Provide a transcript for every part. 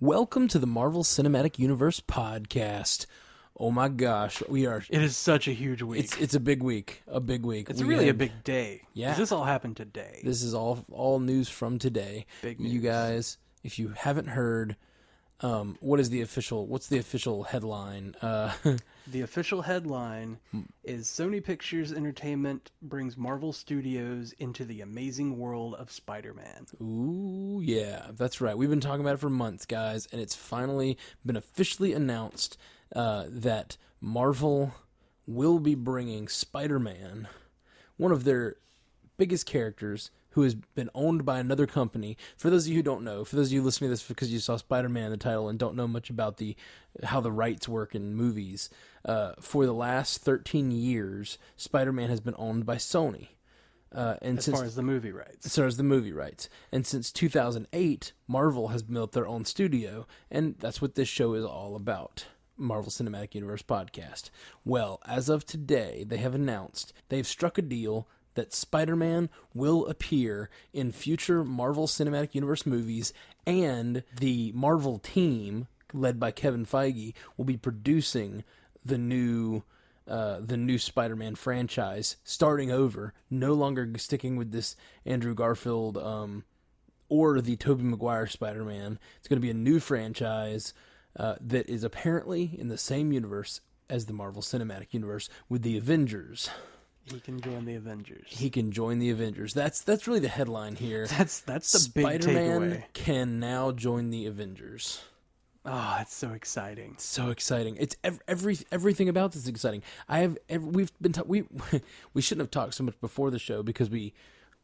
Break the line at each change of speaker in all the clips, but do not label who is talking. Welcome to the Marvel Cinematic Universe podcast. Oh my gosh, we are.
It is such a huge week.
It's
It's,
it's a big week. A big week. We
really a
had-
big day. 'cause
Yeah.
This all happened today.
This is all all news from today.
Big
You
news.
guys, if you haven't heard, um, what is the official? What's the official headline? Uh,
The official headline
Hmm.
is Sony Pictures Entertainment brings Marvel Studios into the amazing world of Spider-Man.
Ooh, yeah, that's right. We've been talking about it for months, guys, and it's finally been officially announced uh, that Marvel will be bringing Spider Man, one of their biggest characters, who has been owned by another company. For those of you who don't know, for those of you listening to this because you saw Spider Man in the title and don't know much about the how the rights work in movies, uh, for the last 13 years, Spider Man has been owned by Sony. Uh, and
As
since
far as the movie rights.
so does the movie rights. And since 2008, Marvel has built their own studio, and that's what this show is all about. Marvel Cinematic Universe podcast. Well, as of today, they have announced they've struck a deal that Spider Man will appear in future Marvel Cinematic Universe movies, and the Marvel team, led by Kevin Feige, will be producing the new uh, the new Spider-Man franchise, starting over, no longer sticking with this Andrew Garfield um, or the Tobey Maguire Spider-Man. It's going to be a new franchise uh, that is apparently in the same universe as the Marvel Cinematic Universe with the Avengers.
He can join the Avengers.
He can join the Avengers. That's that's really the headline here.
that's that's the big takeaway.
Spider-Man can now join the Avengers.
Oh, that's so exciting.
so exciting. It's ev- every everything about this is exciting. I have ev- we've been ta- we we shouldn't have talked so much before the show because we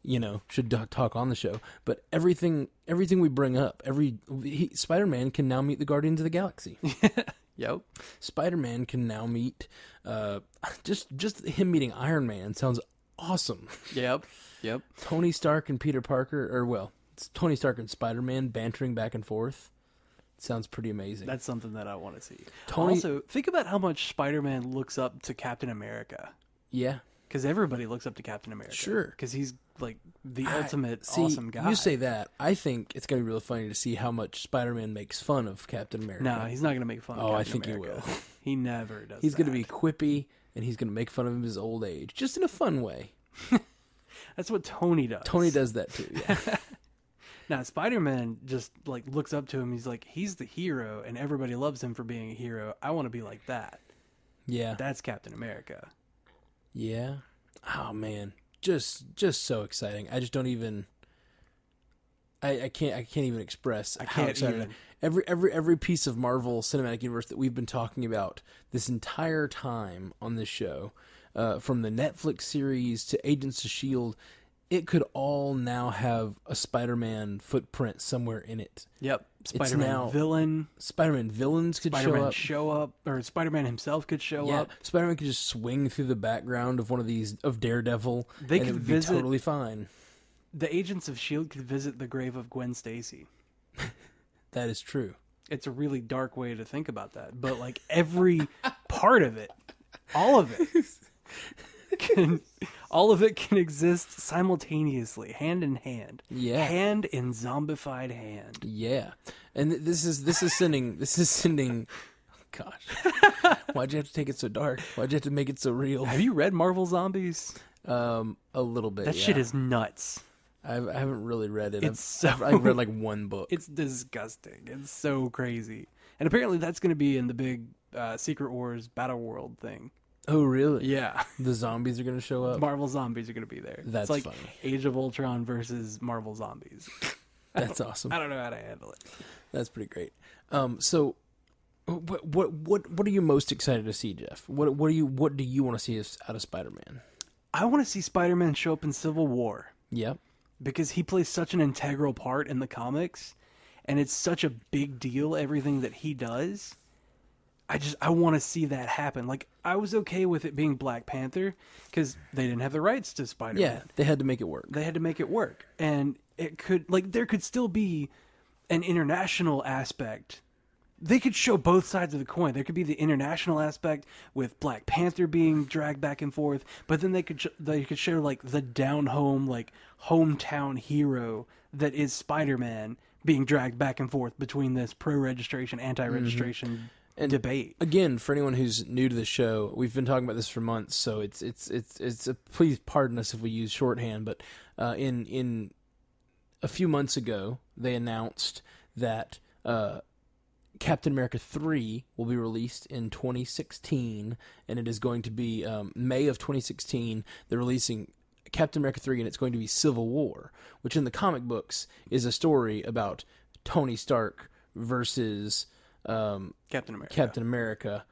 you know should do- talk on the show. But everything everything we bring up, every he, Spider-Man can now meet the Guardians of the Galaxy.
Yep.
Spider-Man can now meet uh just just him meeting Iron Man sounds awesome.
Yep. Yep.
Tony Stark and Peter Parker or well, it's Tony Stark and Spider-Man bantering back and forth. Sounds pretty amazing.
That's something that I want to see.
Tony-
Also, think about how much Spider-Man looks up to Captain America.
yeah.
because everybody looks up to Captain America.
Sure.
because he's like the
I-
ultimate
see,
awesome guy.
You say that. I think it's going to be really funny to see how much Spider-Man makes fun of Captain America.
no, he's not gonna make fun. of
Oh, I
Captain
think he
America.
will.
He never does.
he's going to
that.
be quippy and he's going to make fun of him his old age, just in a fun way.
That's what Tony does.
Tony does that too. Yeah.
Now Spider Man just like looks up to him. He's like, he's the hero, and everybody loves him for being a hero. I want to be like that.
yeah.
That's Captain America.
Yeah. Oh man, just just so exciting. I just don't even. I, I can't I can't even express how
can't
excited I-
even.
every every every piece of Marvel Cinematic Universe that we've been talking about this entire time on this show, uh, from the Netflix series to Agents of Shield, E it could all now have a Spider-Man footprint somewhere in it.
Yep, Spider Man
now-
villain.
Spider-Man villains could
Spider
show
Man
up.
show up, or Spider Man himself could show
yeah,
up.
Spider-Man could just swing through the background of one of these of Daredevil.
They
and it
could
would
visit-
be totally fine.
The agents of Shield E could visit the grave of Gwen Stacy.
That is true.
it's a really dark way to think about that but like every part of it all of it can all of it can exist simultaneously hand in hand
Yeah.
hand in zombified hand
Yeah, and th- this is this is sending this is sending. Gosh, why'd you have to take it so dark? Why'd you have to make it so real?
have you read marvel zombies
Um, a little bit.
that
yeah.
shit is nuts
I've, I haven't really read it.
it's
I've,
so
I've read like one book.
it's disgusting it's so crazy and apparently that's going to be in the big uh, secret wars battle world thing
oh, really?
yeah
The zombies are gonna show up.
marvel zombies are going to be there
That's
it's like
funny.
age of ultron versus marvel zombies
That's awesome.
i don't know how to handle it
That's pretty great. Um, so. What what what what are you most excited to see, Jeff? What what do you what do you want to see as- out of Spider Man?
I want to see Spider Man show up in Civil War
Yep.
because he plays such an integral part in the comics and it's such a big deal, everything that he does. I just, I want to see that happen. Like, I was okay with it being Black Panther because they didn't have the rights to Spider Man.
Yeah, they had to make it work.
They had to make it work. And it could, like, there could still be an international aspect. They could show both sides of the coin. There could be the international aspect with Black Panther being dragged back and forth, but then they could sh- they could show like the down home, like hometown hero that is Spider Man being dragged back and forth between this pro registration, anti registration
And-
debate.
Again, for anyone who's new to the show, we've been talking about this for months, so it's it's it's it's a, please pardon us if we use shorthand, but uh, in in a few months ago, they announced that uh, Captain America three will be released in 2016, and it is going to be um, May of 2016. They're releasing Captain America three, and it's going to be Civil War, which in the comic books is a story about Tony Stark versus um,
Captain America.
Captain America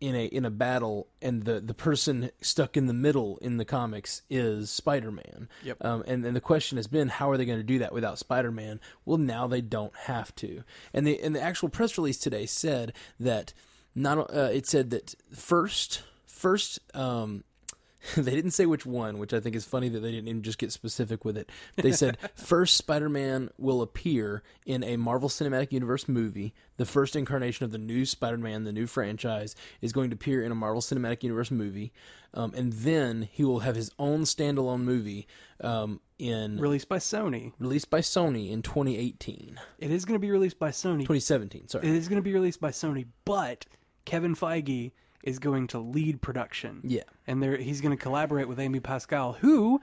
in a in a battle, and the the person stuck in the middle in the comics is Spider Man.
Yep.
Um, and and the question has been, how are they going to do that without Spider Man? Well, now they don't have to. And the and the actual press release today said that not uh, it said that first first um. They didn't say which one, which I think is funny that they didn't even just get specific with it. They said first Spider-Man will appear in a Marvel Cinematic Universe movie. The first incarnation of the new Spider-Man, the new franchise, is going to appear in a Marvel Cinematic Universe movie, um, and then he will have his own standalone movie um, in
Released by Sony.
released by Sony in 2018,
It is going to be released by Sony.
2017. Sorry,
It is going to be released by Sony, but Kevin Feige is going to lead production.
yeah,
and there he's going to collaborate with Amy Pascal, who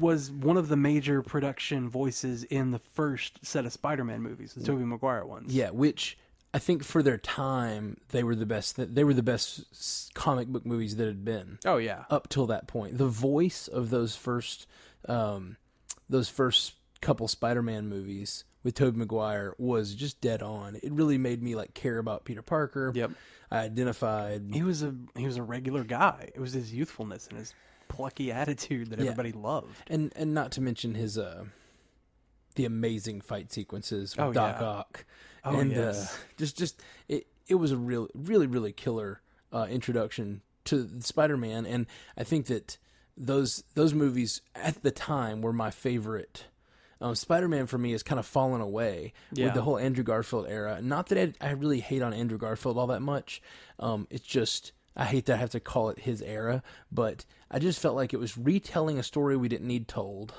was one of the major production voices in the first set of Spider-Man movies, the Tobey Maguire ones.
yeah, which. I think for their time, they were the best. They were the best s- comic book movies that had been.
Oh yeah.
up till that point. The voice of those first, um, those first couple Spider-Man movies with Tobey Maguire was just dead on. It really made me like care about Peter Parker.
Yep.
I identified.
He was a he was a regular guy. It was his youthfulness and his plucky attitude that
Yeah.
everybody loved.
and and not to mention his uh the amazing fight sequences with
Oh,
Doc
yeah.
Ock.
Oh,
and uh,
yes.
just just it it was a real really really killer uh introduction to Spider-Man and I think that those those movies at the time were my favorite. Um, Spider-Man for me has kind of fallen away
Yeah.
with the whole Andrew Garfield era. Not that I, I really hate on Andrew Garfield all that much. Um, it's just I hate that I have to call it his era, but I just felt like it was retelling a story we didn't need told.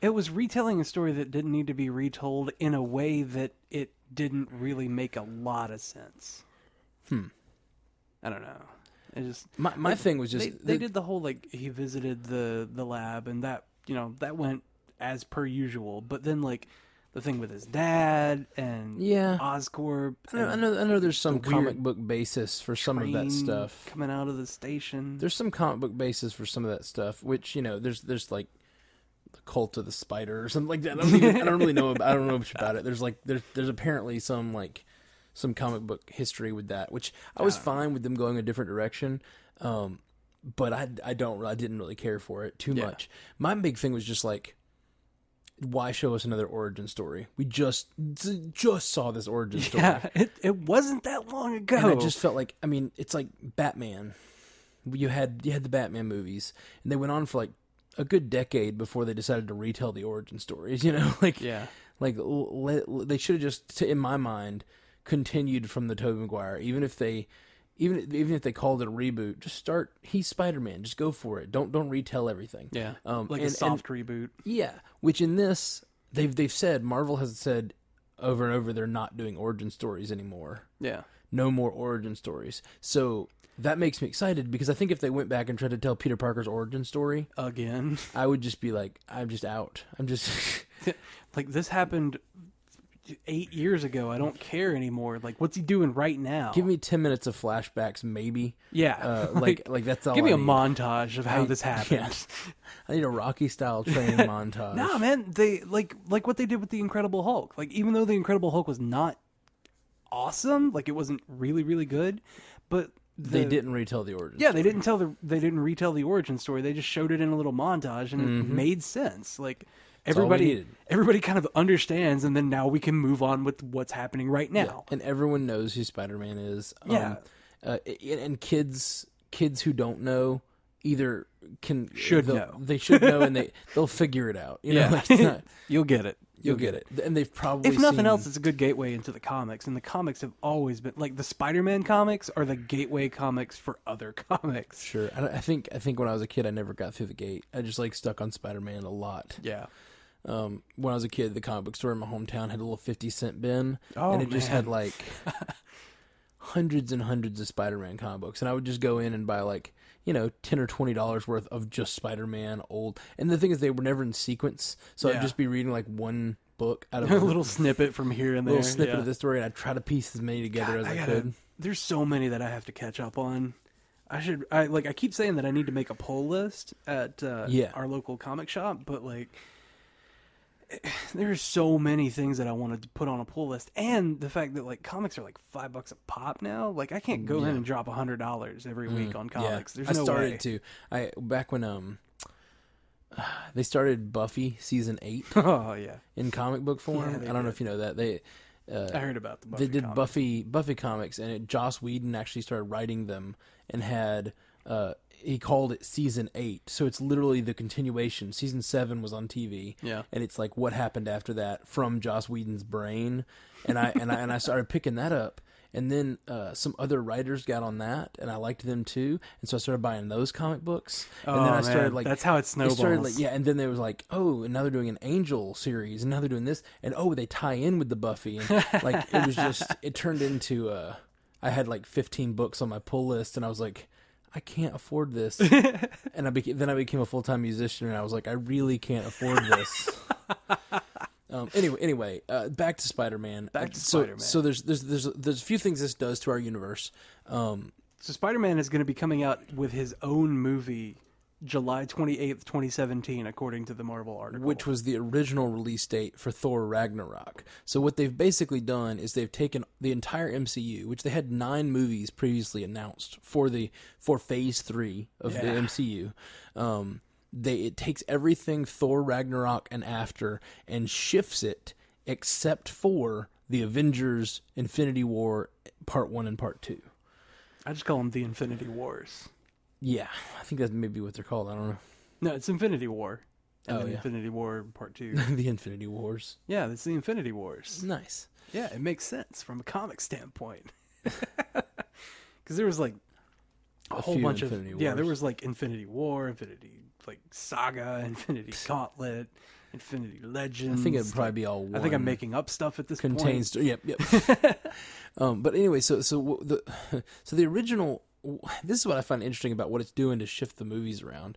It was retelling a story that didn't need to be retold in a way that it didn't really make a lot of sense. Hmm. I don't know. I just
My my thing was just
they, they did the whole like he visited the the lab and that you know that went as per usual but then like the thing with his dad and
Yeah.
oscorp
I know, I know, I know there's some comic book basis for some of that stuff.
coming out of the station
There's some comic book basis for some of that stuff, which you know, there's there's like the cult of the spider or something like that. I don't, even, I don't really know. About, I don't know much about it. There's like there's there's apparently some like some comic book history with that, which I was fine with them going a different direction. Um, but I I don't I didn't really care for it too
Yeah.
much. My big thing was just like why show us another origin story? We just just saw this origin story.
yeah it, it wasn't that long ago
And I just felt like I mean, it's like Batman. You had you had the Batman movies, and they went on for like a good decade before they decided to retell the origin stories. You know, like
yeah
like l- let, l- they should have just, t- in my mind, continued from the Tobey Maguire. Even if they, even even if they called it a reboot, just start. He's Spider Man. Just go for it. Don't don't retell everything.
yeah
Um,
like a
and- and-
soft reboot
yeah, which in this they've they've said Marvel has said over and over they're not doing origin stories anymore
yeah
no more origin stories. So that makes me excited because I think if they went back and tried to tell Peter Parker's origin story,
again
I would just be like, I'm just out. I'm just
like this happened eight years ago i don't care anymore like what's he doing right now
give me ten minutes of flashbacks, maybe.
yeah
Uh, like like that's all.
give me
a
a montage of how this happened
I need a Rocky style training montage.
Nah, man, they like like what they did with the Incredible Hulk. Like even though the Incredible Hulk was not awesome, like it wasn't really really good, but the,
they didn't retell the origin.
Yeah, they didn't tell the they didn't retell the origin story. They just showed it in a little montage, and it made sense. Like
Mm-hmm. all we
everybody
needed.
everybody kind of understands, and then now we can move on with what's happening right now.
and everyone knows who Spider Man is. Um,
Yeah.
uh, and- and kids kids who don't know either can
Should
they'll-
know.
they should know and they they'll figure it out. You know, like, it's not-
You'll get it.
You'll get it. And they've probably
If nothing
seen-
else, it's a good gateway into the comics, and the comics have always been like the Spider-Man comics are the gateway comics for other comics.
Sure, I, I think I think when I was a kid, I never got through the gate. I just like stuck on Spider Man a lot.
Yeah.
Um, when I was a kid, the comic book store in my hometown had a little fifty cent bin,
Oh,
and it just had
man.
like hundreds and hundreds of Spider-Man comic books, and I would just go in and buy like you know ten or twenty dollars worth of just Spider-Man old. And the thing is, they were never in sequence, so
Yeah.
I'd just be reading like one book out of
a little snippet from here and there.
little snippet
yeah.
of the story, and I'd try to piece as many together as I,
I gotta-
could.
There's so many that I have to catch up on. I should I like I keep saying that I need to make a poll list at uh,
Yeah.
our local comic shop, but like there's so many things that I wanted to put on a poll list, and the fact that like comics are like five bucks a pop now. Like I can't go in and drop a hundred dollars every week on comics.
Mm, Yeah.
There's no
I started
way.
to. I back when um they started Buffy season eight
Oh yeah,
in comic book form.
Yeah,
I
they
don't know if you know that they
I heard about the Buffy
uh, they did
comic.
Buffy Buffy comics, and it, Joss Whedon actually started writing them and had uh, he called it season eight, so it's literally the continuation. Season seven was on TV,
Yeah.
and it's like what happened after that from Joss Whedon's brain, and I and I and I started picking that up. And then uh, some other writers got on that, and I liked them too. And so I started buying those comic books. And
Oh,
then I
man.
started like
That's how it
they started,
snowballs.
like, yeah, and then they was like, oh, and now they're doing an Angel series, and now they're doing this, and oh, they tie in with the Buffy, and like it was just it turned into. Uh, I had like 15 books on my pull list, and I was like, I can't afford this, and I beca- then I became a full time musician, and I was like, I really can't afford this. Um, anyway, anyway, uh, back to Spider Man.
Back to
so,
Spider-Man.
So there's there's there's there's a few things this does to our universe. Um,
So Spider Man is going to be coming out with his own movie July 28th, 2017, according to the Marvel article.
which was the original release date for Thor Ragnarok. So what they've basically done is they've taken the entire MCU, which they had 9 movies previously announced for the for phase 3 of the
Yeah.
MCU. Um they it takes everything Thor Ragnarok and after and shifts it except for the Avengers Infinity War part 1 and part 2.
I just call them the Infinity Wars.
Yeah, I think that's maybe what they're called. I don't know.
No, it's Infinity War. And
Oh,
then
yeah.
Infinity War Part Two.
the Infinity Wars.
yeah, that's the Infinity Wars.
Nice.
Yeah, it makes sense from a comic standpoint. Because there was like a, whole
few
bunch of
Infinity
yeah, there
Wars.
was like Infinity War, Infinity like Saga, Infinity Gauntlet, Infinity Legends.
Mm. I think it'd probably be all one.
I think I'm making up stuff at this point.
contains yep yep um but anyway so so w- the so the original this is what i find interesting about what it's doing to shift the movies around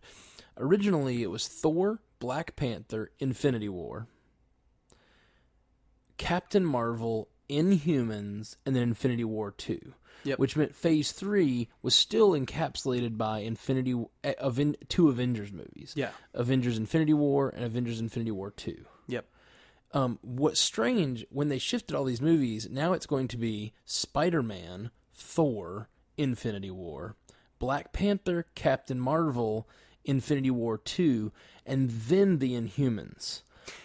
originally it was thor black panther infinity war captain marvel inhumans and then infinity war 2
Yep.
which meant phase 3 was still encapsulated by infinity uh, Aven- two avengers movies
Yeah.
avengers infinity war and avengers infinity war 2
Yep.
um, what's strange when they shifted all these movies, now it's going to be Spider Man, Thor, Infinity War, Black Panther, Captain Marvel, Infinity War 2, and then the Inhumans.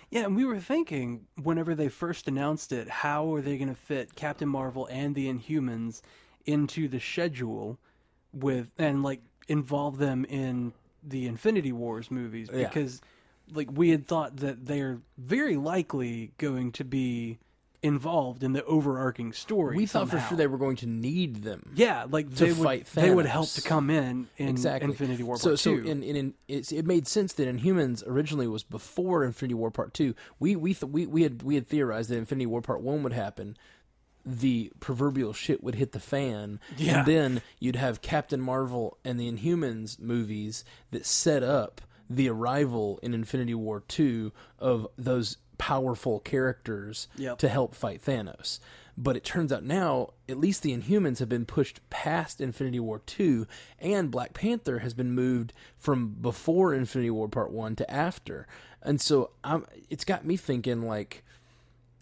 Yeah, and we were thinking whenever they first announced it, how are they going to fit Captain Marvel and the Inhumans into the schedule with and like involve them in the Infinity Wars movies
Yeah.
because like we had thought that they're very likely going to be involved in the overarching story.
We thought for
somehow.
sure they were going to need them.
yeah, like they would
fight
they would
Thanos.
help to come in in
Exactly.
Infinity War
so,
Part
so
Two.
in, in, in it's, it made sense that Inhumans originally was before Infinity War Part Two. We we th- we we had we had theorized that Infinity War Part One would happen. The proverbial shit would hit the fan,
Yeah.
and then you'd have Captain Marvel and the Inhumans movies that set up the arrival in Infinity War Two of those powerful characters
Yep.
to help fight Thanos. But it turns out now, at least the Inhumans have been pushed past Infinity War 2, and Black Panther has been moved from before Infinity War Part 1 to after. And so I'm, it's got me thinking, like,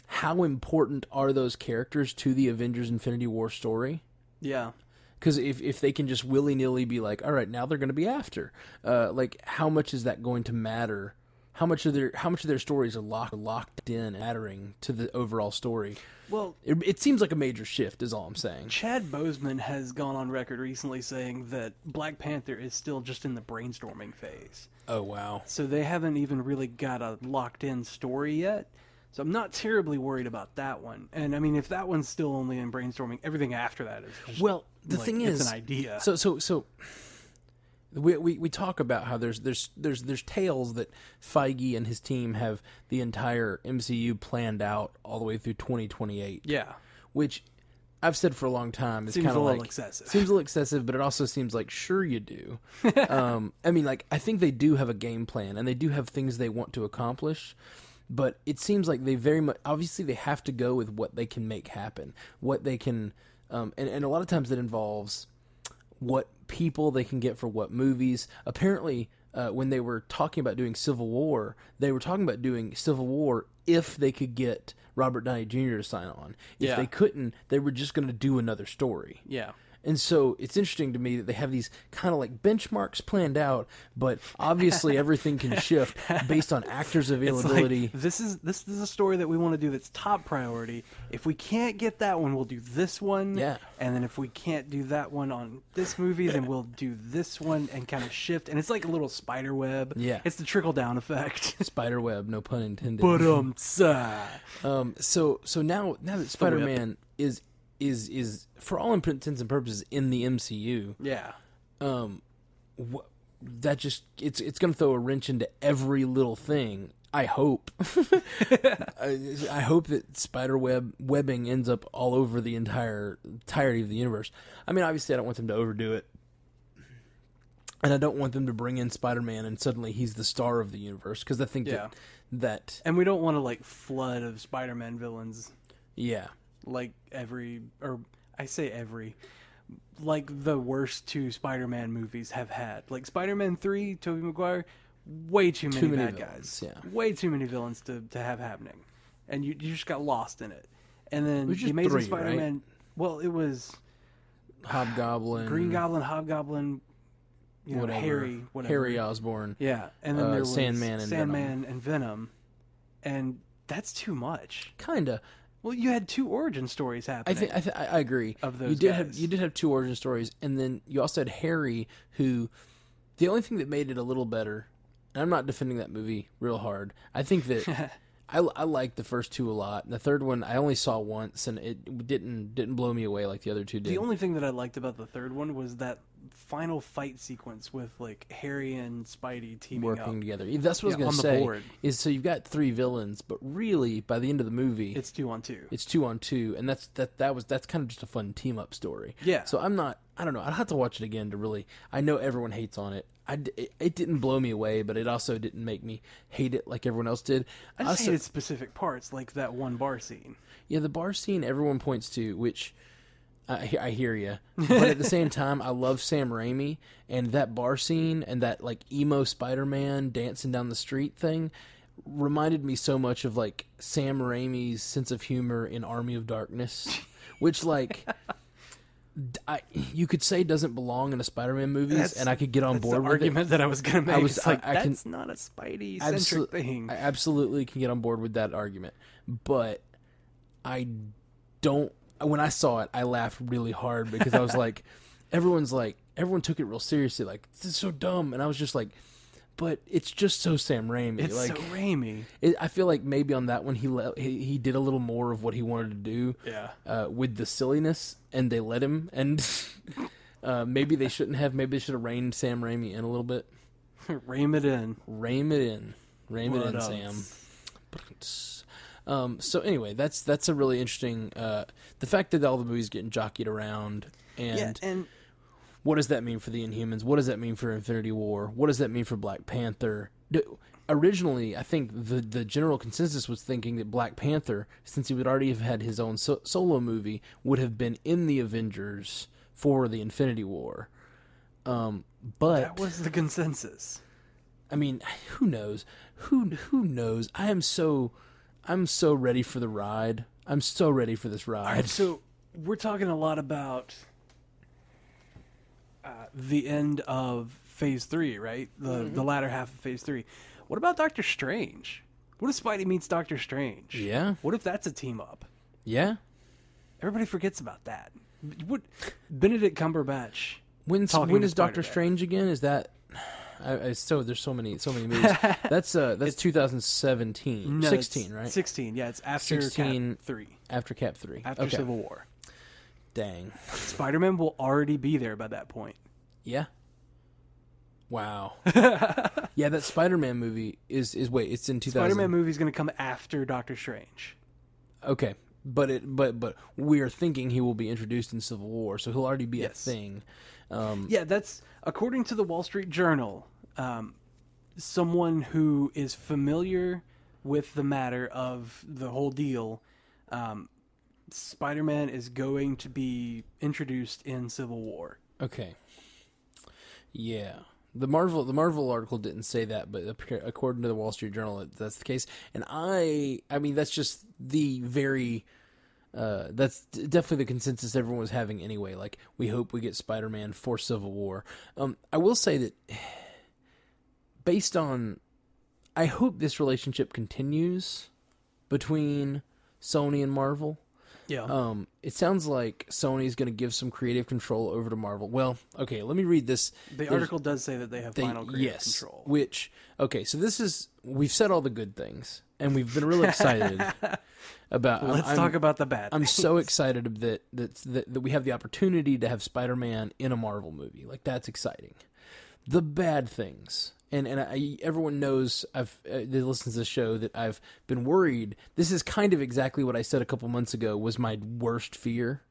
how important are those characters to the Avengers Infinity War story?
yeah.
Because if, if they can just willy nilly be like, all right, now they're going to be after, uh, like how much is that going to matter? How much of their how much of their stories are locked locked in, mattering to the overall story?
Well,
It, it seems like a major shift, is all I'm saying.
Chad Bozeman has gone on record recently saying that Black Panther is still just in the brainstorming phase.
Oh wow,
So they haven't even really got a locked in story yet. So I'm not terribly worried about that one. And I mean, if that one's still only in brainstorming, everything after that is just,
Well, the
like,
thing
it's
is,
an idea.
So so so We, we we talk about how there's there's there's there's tales that Feige and his team have the entire MCU planned out all the way through 2028,
Yeah.
which I've said for a long time is
Seems
kind
a
of
little
like
excessive.
Seems a little excessive, but it also seems like sure you do. um, I mean, like I think they do have a game plan and they do have things they want to accomplish, but it seems like they very much obviously they have to go with what they can make happen, what they can, um, and and a lot of times it involves what people they can get for what movies. Apparently, uh, when they were talking about doing Civil War, they were talking about doing Civil War if they could get Robert Downey Jr. to sign on. If
Yeah.
they couldn't, they were just going to do another story.
Yeah.
And so it's interesting to me that they have these kind of like benchmarks planned out, but obviously everything can shift based on actors'
It's like,
availability.
this is this is a story that we want to do that's top priority. If we can't get that one, we'll do this one.
Yeah.
And then if we can't do that one on this movie, then we'll do this one and kind of shift. And it's like a little spider web.
Yeah.
It's the trickle down effect.
Spider web, no pun intended.
but um, sigh.
Um, so so now now that Spider Man is is is for all intents and purposes in the MCU,
yeah.
wh- that just it's it's going to throw a wrench into every little thing. I hope. I, I hope that spider web webbing ends up all over the entire entirety of the universe. I mean, obviously, I don't want them to overdo it, and I don't want them to bring in Spider Man and suddenly he's the star of the universe because I think
Yeah.
that that
And we don't want to like flood of Spider-Man villains
yeah
like every or I say every like the worst two Spider-Man movies have had. Like Spider-Man 3, Tobey Maguire, way too many,
many
bad
villains,
guys.
yeah.
Way too many villains to, to have happening. And you you just got lost in it. And then
was
the
just
Amazing
three, right?
Spider-Man well, it was
Hobgoblin
Green Goblin, Hobgoblin, you know,
whatever
Harry, whatever.
Harry Osborn
Yeah, and then
uh,
there was
Sandman and Venom.
Sandman and Venom. And that's too much.
kinda
Well, you had two origin stories
I
happening.
think I, th- I I agree.
Of
you
those
did have
guys.
you did have two origin stories, and then you also had Harry, who the only thing that made it a little better. And I'm not defending that movie real hard. I think that I I liked the first two a lot. And the third one I only saw once, and it didn't didn't blow me away like the other two did.
the only thing that I liked about the third one was that final fight sequence with like Harry and Spidey teaming
working
up.
together. That's what
uh, Yeah,
I
on
was
the
going to
board.
say. Is so you've got three villains, but really by the end of the movie,
It's two on two.
it's two on two, and that's that. That was that's kind of just a fun team up story.
Yeah.
So I'm not. I don't know. I'd have to watch it again to really. I know everyone hates on it. I d- it, it didn't blow me away, but it also didn't make me hate it like everyone else did.
I just
Also-
hated specific parts, like that one bar scene.
yeah, the bar scene everyone points to, which I, I hear you, but at the same time, I love Sam Raimi and that bar scene and that like emo Spider Man dancing down the street thing reminded me so much of like Sam Raimi's sense of humor in Army of Darkness, which like. d- I, you could say doesn't belong in a Spider-Man movies,
That's-
and I could get on
That's the
board with it.
argument that I was gonna make.
was-
It's like
I- I can-
that's not a Spidey
Absol-
centric thing.
I absolutely can get on board with that argument, but I don't. When I saw it, I laughed really hard because I was like, everyone's like, everyone took it real seriously. Like this is so dumb, and I was just like, but it's just so Sam Raimi.
it's
like
so Raimi.
it, I feel like maybe on that one he, le- he he did a little more of what he wanted to do
Yeah.
uh, with the silliness, and they let him. And uh, maybe they shouldn't have. Maybe they should have reined Sam Raimi in a little bit.
Ream it in.
Ream it in. Ream it
What
in,
else?
Sam. Um, so anyway, that's that's a really interesting uh, the fact that all the movies getting jockeyed around and
Yeah, and
what does that mean for the Inhumans? What does that mean for Infinity War? What does that mean for Black Panther? Do, originally, I think the the general consensus was thinking that Black Panther, since he would already have had his own so- solo movie, would have been in the Avengers for the Infinity War. Um, but
that was the consensus.
I mean, who knows? Who who knows? I am so I'm so ready for the ride. I'm so ready for this ride.
So we're talking a lot about uh, the end of Phase Three, right? The
Mm-hmm.
the latter half of Phase Three. What about Doctor Strange? What if Spidey meets Doctor Strange?
Yeah.
What if that's a team up?
Yeah.
Everybody forgets about that. What Benedict Cumberbatch?
When's
Talking
when
to
is Doctor
Spider-Man.
Strange again? Is that I, I so there's so many so many movies. that's uh that's 2017,
No, it's
16, right?
Sixteen. Yeah, it's after
16
Cap Three.
After Cap 3.
After
okay.
Civil War,
Dang.
Spider Man will already be there by that point.
Yeah. Wow. yeah, that Spider-Man movie is is wait, it's in 2000.
Spider-Man movie's going to come after Doctor Strange.
Okay, but it but but we are thinking he will be introduced in Civil War, so he'll already be
Yes.
a thing. Um,
Yeah, that's according to the Wall Street Journal. Um, someone who is familiar with the matter of the whole deal, um, Spider-Man is going to be introduced in Civil War.
Okay. Yeah. The Marvel the Marvel article didn't say that, but ap- according to the Wall Street Journal, that- that's the case. And I I mean that's just the very uh, that's d- definitely the consensus everyone was having anyway. Like we hope we get Spider Man for Civil War. Um, I will say that based on, I hope this relationship continues between Sony and Marvel.
Yeah.
Um, it sounds like Sony's going to give some creative control over to Marvel. Well, okay, let me read this.
the article does say that they have
They-
final creative
yes,
control.
which okay, so this is we've said all the good things, and we've been really excited about. I'm-
Let's
I'm,
talk about the bad.
I'm so excited that, that that that we have the opportunity to have Spider-Man in a Marvel movie. Like that's exciting. The bad things, and and I, everyone knows I've uh, that listens to the show that I've been worried. This is kind of exactly what I said a couple months ago was my worst fear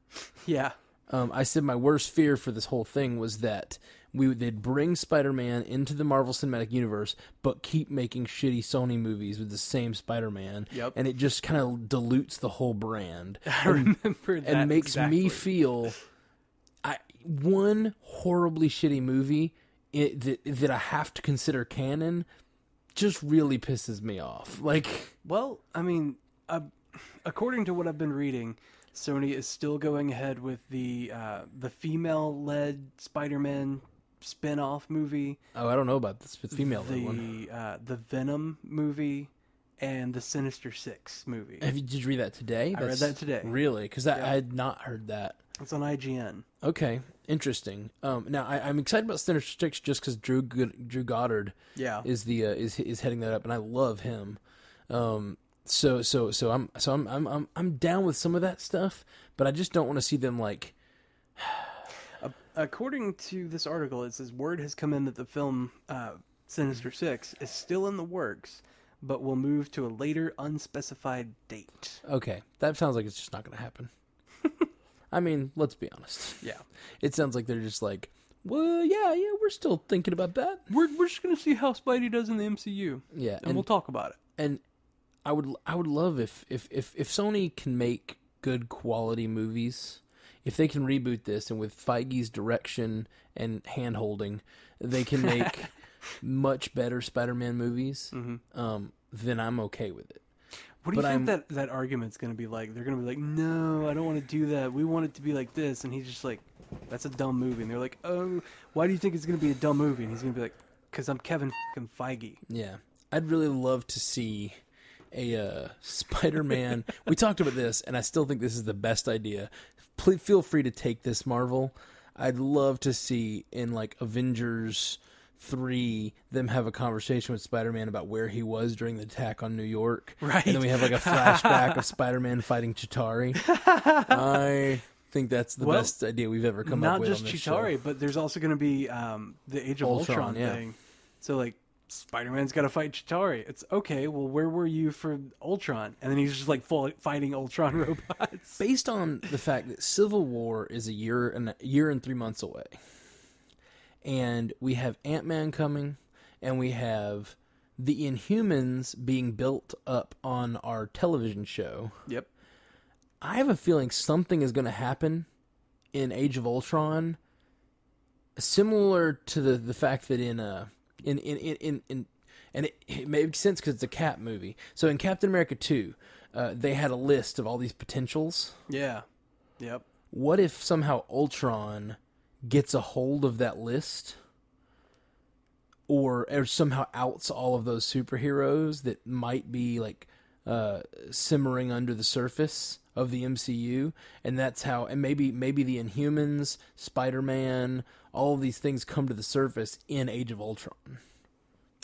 yeah.
um, I said my worst fear for this whole thing was that we would- they'd bring Spider-Man into the Marvel Cinematic Universe, but keep making shitty Sony movies with the same Spider-Man,
Yep.
and it just kind of dilutes the whole brand
I remember that
and makes
exactly.
me feel I one horribly shitty movie it, that that I have to consider canon just really pisses me off. Like,
Well, I mean, uh, according to what I've been reading, Sony is still going ahead with the uh, the female-led Spider-Man spin-off movie,
oh, I don't know about this female
the
one.
uh, the Venom movie, and the Sinister Six movie.
Have you, did you read that today?
I read that today.
Really? Because I had not heard that.
It's on IGN.
Okay, interesting. Um, now I, I'm excited about Sinister Six just because Drew Good- Drew Goddard
Yeah,
is the uh, is is heading that up, and I love him. Um, so so so I'm so I'm I'm I'm I'm down with some of that stuff, but I just don't want to see them like
According to this article, it says word has come in that the film uh, Sinister Six is still in the works, but will move to a later unspecified date.
okay, that sounds like it's just not going to happen. I mean, let's be honest.
Yeah,
It sounds like they're just like, well, yeah, yeah, we're still thinking about that.
we're we're just gonna see how Spidey does in the MCU,
Yeah,
and we'll talk about it.
and I would I would love if if if if Sony can make good quality movies, if they can reboot this and with Feige's direction and hand holding, they can make much better Spider-Man movies. Um, then I'm okay with it.
What do
But
you think
I'm-
that that argument's going to be like? They're going to be like, "No, I don't want to do that. We want it to be like this." And he's just like, "That's a dumb movie." And they're like, "Oh, why do you think it's going to be a dumb movie?" And he's going to be like, "Cause I'm Kevin fucking Feige."
Yeah, I'd really love to see a uh, Spider-Man. we talked about this, and I still think this is the best idea. Please feel free to take this, Marvel. I'd love to see in like Avengers three them have a conversation with Spider-Man about where he was during the attack on New York,
Right.
And then we have like a flashback of Spider-Man fighting Chitari. I think that's the
Well,
best idea we've ever come up
Not
with.
just
on this
Chitari, but there's also going to be um, the Age of
Ultron,
Ultron,
yeah.
thing. So like, Spider-Man's got to fight Chitari. It's okay. Well, where were you for Ultron? And then he's just like full, fighting Ultron robots.
based on the fact that Civil War is a year and a year and three months away, and we have Ant Man coming, and we have the Inhumans being built up on our television show.
yep.
I have a feeling something is going to happen in Age of Ultron, similar to the the fact that in uh in in in in, in and it, it makes sense because it's a Cap movie. So in Captain America two, uh, they had a list of all these potentials
Yeah. Yep.
what if somehow Ultron gets a hold of that list or, or somehow outs all of those superheroes that might be like uh, simmering under the surface of the MCU and that's how and maybe maybe the Inhumans, Spider-Man, all of these things come to the surface in Age of Ultron.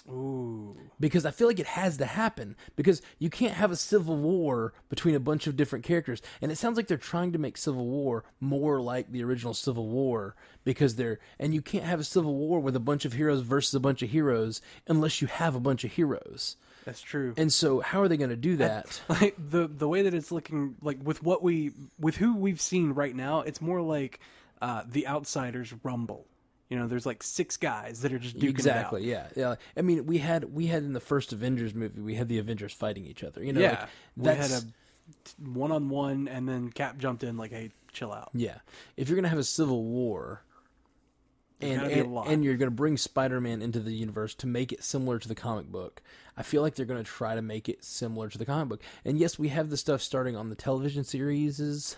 Ooh.
because I feel like it has to happen because you can't have a civil war between a bunch of different characters. And it sounds like they're trying to make Civil War more like the original Civil War because they're and you can't have a civil war with a bunch of heroes versus a bunch of heroes unless you have a bunch of heroes.
That's true.
And so how are they going to do that?
like the the way that it's looking like with what we with who we've seen right now it's more like uh the outsiders rumble you know there's like six guys that are just duking
exactly
it
yeah yeah i mean we had we had in the first avengers movie we had the avengers fighting each other you know
out. yeah
like,
we
that's
had a one-on-one and then cap jumped in like hey chill out
Yeah. If you're going to have a civil war and
gotta be a
and,
lot.
and you're going to bring Spider-Man into the universe to make it similar to the comic book, I feel like they're going to try to make it similar to the comic book. And yes, we have the stuff starting on the television series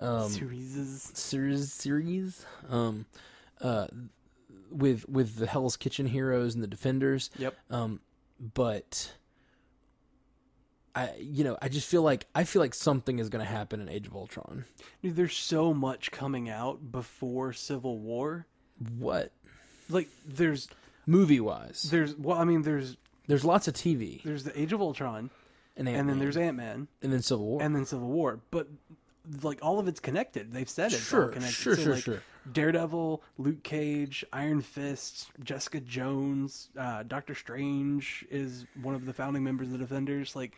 Um,
Series.
series series um uh with with the Hell's Kitchen heroes and the Defenders.
yep
Um, but I, you know, I just feel like I feel like something is going to happen in Age of Ultron.
Dude, there's so much coming out before civil war
What
like there's
movie wise?
there's well i mean there's
There's lots of TV
there's the age of ultron
and,
and then
Ant-Man.
there's ant-man
and then Civil War.
and then Civil War, but like all of it's connected. They've said it's all
Sure,
connected.
sure,
So,
sure,
like,
sure.
Daredevil, Luke Cage, Iron Fist, Jessica Jones, uh, Doctor Strange is one of the founding members of the Defenders. Like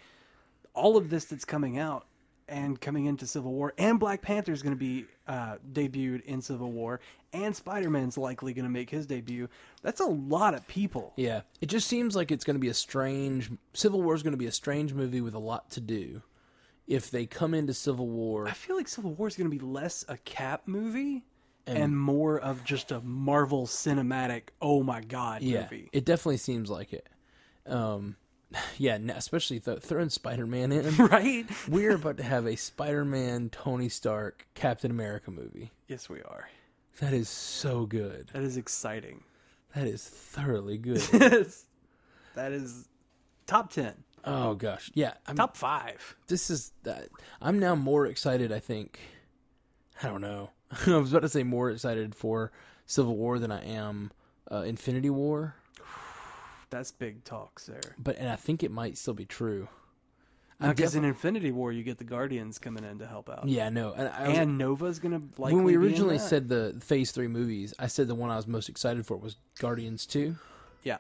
all of this that's coming out and coming into Civil War, and Black Panther is going to be uh, debuted in Civil War, and Spider Man's likely going to make his debut. That's a lot of people.
yeah, it just seems like it's going to be a strange Civil War is going to be a strange movie with a lot to do. If they come into Civil War,
I feel like Civil War is going to be less a cap movie and, more of just a Marvel cinematic, oh my god
yeah,
movie.
it definitely seems like it. Um, yeah, n- especially th- throwing Spider Man in.
Right?
We're about to have a Spider Man, Tony Stark, Captain America movie.
Yes, we are.
That is so good.
That is exciting.
That is thoroughly good.
that is top 10,
oh gosh, yeah. I'm,
top 5.
this is that I'm now more excited. I think I don't know. I was about to say more excited for Civil War than I am uh, Infinity War,
That's big talk, sir.
but and I think it might still be true. I'm
Because in Infinity War, you get the Guardians coming in to help out.
Yeah, no. And, I was-
And Nova's going to like
when we originally said the Phase Three movies, I said the one I was most excited for was Guardians Two.
Yeah.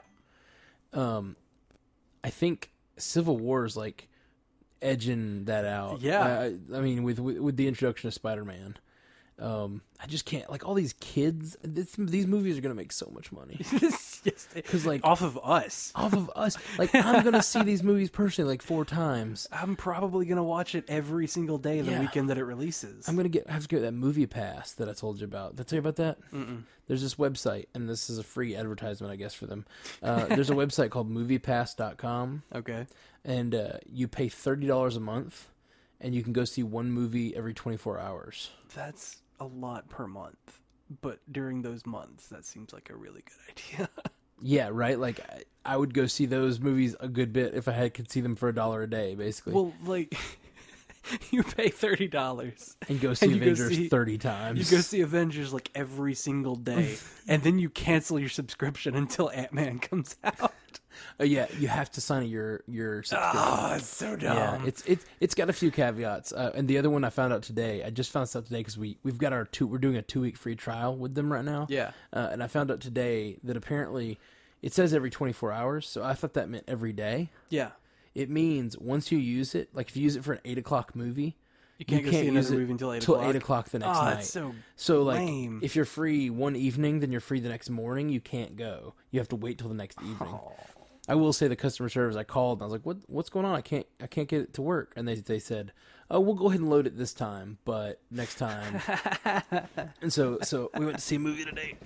I think Civil War is like edging that out.
Yeah.
I, I mean, with, with with the introduction of Spider Man, um, I just can't like all these kids. This, these movies are gonna make so much money
yes, they-
because like
off of us.
off of us, like I'm gonna see these movies personally like four times.
I'm probably going to watch it every single day the
Yeah.
weekend that it releases.
I'm gonna get I have to get that movie pass that I told you about. Did I tell you about that? Mm-mm. There's this website, and this is a free advertisement, I guess, for them. Uh, there's a website called MoviePass.com.
okay.
and uh, you pay thirty dollars a month, and you can go see one movie every twenty four hours.
That's a lot per month. But during those months, that seems like a really good idea.
Yeah, right. Like I, I would go see those movies a good bit if I had could see them for a dollar a day, basically,
well, like you pay thirty dollars,
and go see
and you go
Avengers
see-
thirty
you
times.
go see Avengers like every single day, and then you cancel your subscription until Ant Man comes out.
oh, yeah, you have to sign your your. subscription.
Oh, it's so dumb.
yeah, Ah, it's it's it's got a few caveats, uh, and the other one I found out today. I just found this out today because we we've got our two. We're doing a two week free trial with them right now.
Yeah.
uh, and I found out today that apparently it says every twenty four hours, so I thought that meant every day.
yeah.
It means once you use it, like if you use it for an eight o'clock movie,
You can't go see another movie until eight o'clock.
the next
Oh,
night.
that's so
like
lame.
if you're free one evening, then you're free the next morning. You can't go. You have to wait till the next evening. I will say the customer service I called and I was like, "What what's going on? I can't I can't get it to work." And they they said, "Oh, we'll go ahead and load it this time, but next time." and so so we went to see a movie today.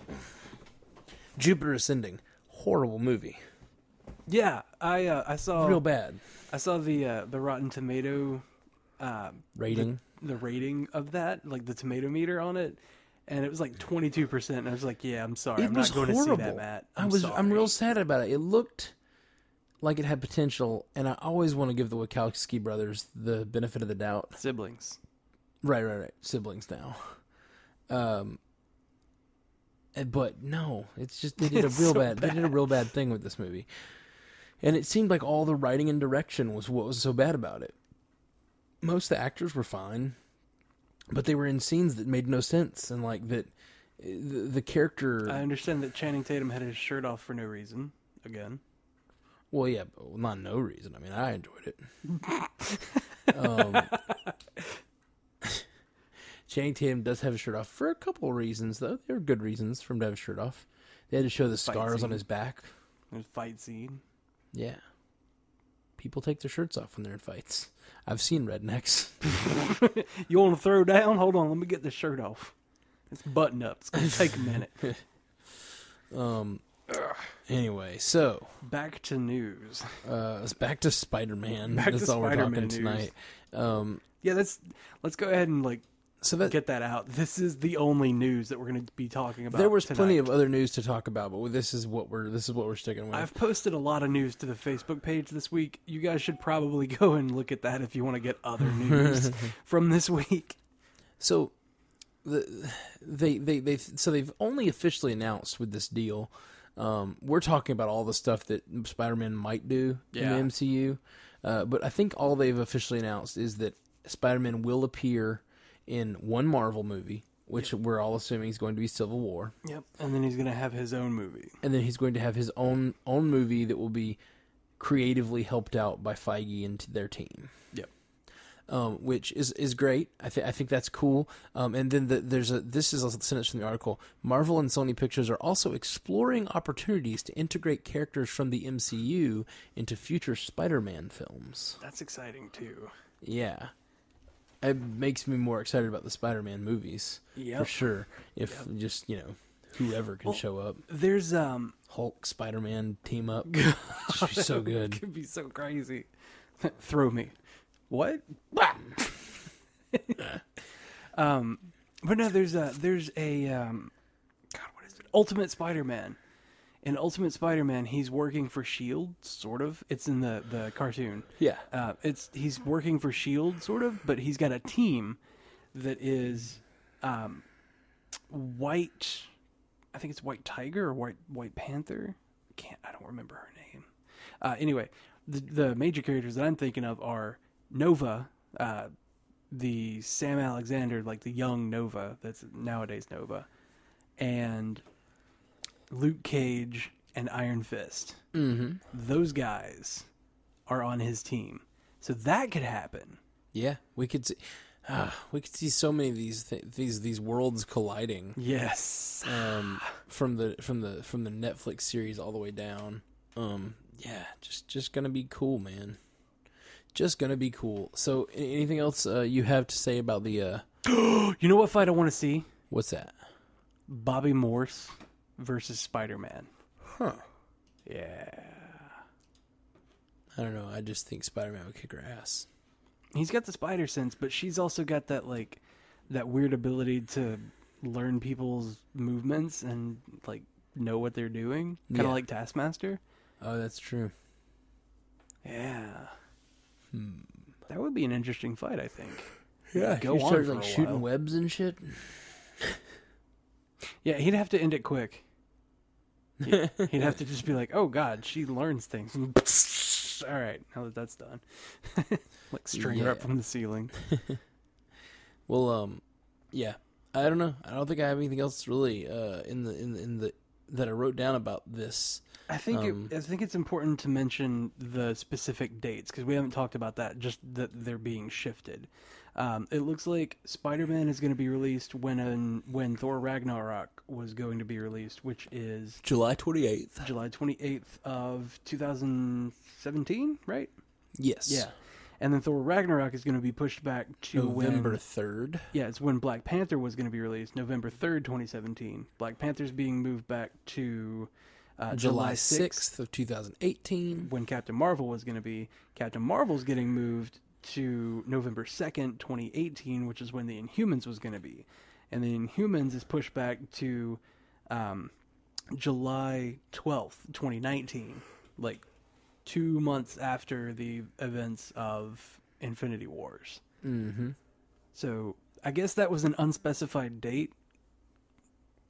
Jupiter Ascending, horrible movie,
Yeah, I uh, I saw
real bad
I saw the uh, the Rotten Tomato uh,
rating.
the rating of that, like the tomato meter on it, and it was like twenty two percent. And I was like, "Yeah, I'm sorry, I'm not going to see that, Matt."
i
I'm
was
sorry.
I'm real sad about it. It looked like it had potential, and I always want to give the Wachowski brothers the benefit of the doubt.
siblings.
Right, right, right. Siblings now. Um, Uh, But no, it's just they did a
It's
real
so
bad, They did a real bad thing with this movie, and it seemed like all the writing and direction was what was so bad about it. Most of the actors were fine, but they were in scenes that made no sense and like that. uh, The, the character,
I understand that Channing Tatum had his shirt off for no reason. Again,
well, yeah, but not no reason. I mean, I enjoyed Um, it. Channing Tatum does have a shirt off for a couple reasons, though. They were good reasons for him to have a shirt off. They had to show the scars on
scene.
his back.
there's a fight scene.
Yeah. People take their shirts off when they're in fights. I've seen rednecks.
You want to throw down? Hold on, let me get the shirt off. It's buttoned up. It's gonna take a minute.
Um. Anyway, so
Back to news.
uh, it's back to Spider Man.
Back to
That's all we're talking
Spider-Man news.
tonight. Um.
Yeah, let's let's go ahead and like
So that
get that out. This is the only news that we're going to be talking about.
there was
tonight.
plenty of other news to talk about, but this is what we're this is what we're sticking with.
I've posted a lot of news to the Facebook page this week. You guys should probably go and look at that if you want to get other news from this week.
So the they they they so they've only officially announced with this deal. Um, we're talking about all the stuff that Spider-Man might do
Yeah.
in the MCU, uh, but I think all they've officially announced is that Spider-Man will appear in one Marvel movie, which we're all assuming is going to be Civil War,
Yep. And then he's going to have his own movie.
and then he's going to have his own own movie that will be creatively helped out by Feige and their team
Yep.
um, which is is great. I think I think that's cool. Um, and then the, there's a this is a sentence from the article. Marvel and Sony Pictures are also exploring opportunities to integrate characters from the MCU into future Spider-Man films.
That's exciting too.
Yeah, it makes me more excited about the Spider-Man movies for
Yep.
sure. If just you know whoever can show up,
There's um
Hulk Spider-Man team up, Just be so
it
good.
could be so crazy. Throw me. What? um but no there's a there's a um god what is it? Ultimate Spider-Man. In Ultimate Spider-Man, he's working for Shield E sort of. It's in the the cartoon.
Yeah,
Uh, it's he's working for Shield, E sort of, but he's got a team that is um, white. I think it's White Tiger or White White Panther. Can't I don't remember her name. Uh, anyway, the the major characters that I'm thinking of are Nova, uh, the Sam Alexander, like the young Nova that's nowadays Nova, and Luke Cage and Iron Fist
mm-hmm.
those guys are on his team. So that could happen.
yeah. We could see. ah, we could see so many of these th- these these worlds colliding.
Yes.
um, from the from the from the Netflix series all the way down. Um, yeah, just just gonna be cool, man. Just gonna be cool. So, a- anything else uh, you have to say about the uh,
You know what fight I want to see?
what's that?
Bobby Morse versus Spider Man.
Huh?
Yeah.
I don't know. I just think Spider Man would kick her ass.
He's got the spider sense, but she's also got that like that weird ability to learn people's movements and like know what they're doing. Kind of
Yeah.
like Taskmaster.
Oh, that's true.
Yeah. That would be an interesting fight, I think.
Hmm. Yeah,
go
you
on
start
for
like
a
shooting
while.
webs and shit.
Yeah, he'd have to end it quick. He- He'd have to just be like, "Oh God, she learns things." All right, now that that's done, like string her up
Yeah.
from the ceiling.
Well, um, yeah, I don't know. I don't think I have anything else really uh, in the in the, in the that I wrote down about this.
I think
Um,
it, I think it's important to mention the specific dates because we haven't talked about that. Just that they're being shifted. Um, it looks like Spider-Man is going to be released when um, when Thor Ragnarok was going to be released, which is
July twenty eighth.
July twenty eighth of two thousand seventeen, right?
Yes.
Yeah. And then Thor Ragnarok is going to be pushed back to
November
When,
third.
yeah, it's when Black Panther was going to be released, November 3rd, 2017. Black Panther's being moved back to uh,
July 6th of 2018.
when Captain Marvel was going to be. Captain Marvel's getting moved to November 2nd, 2018, which is when The Inhumans was going to be. And The Inhumans is pushed back to um, July 12th, 2019, like two months after the events of Infinity Wars.
Mm-hmm.
So I guess that was an unspecified date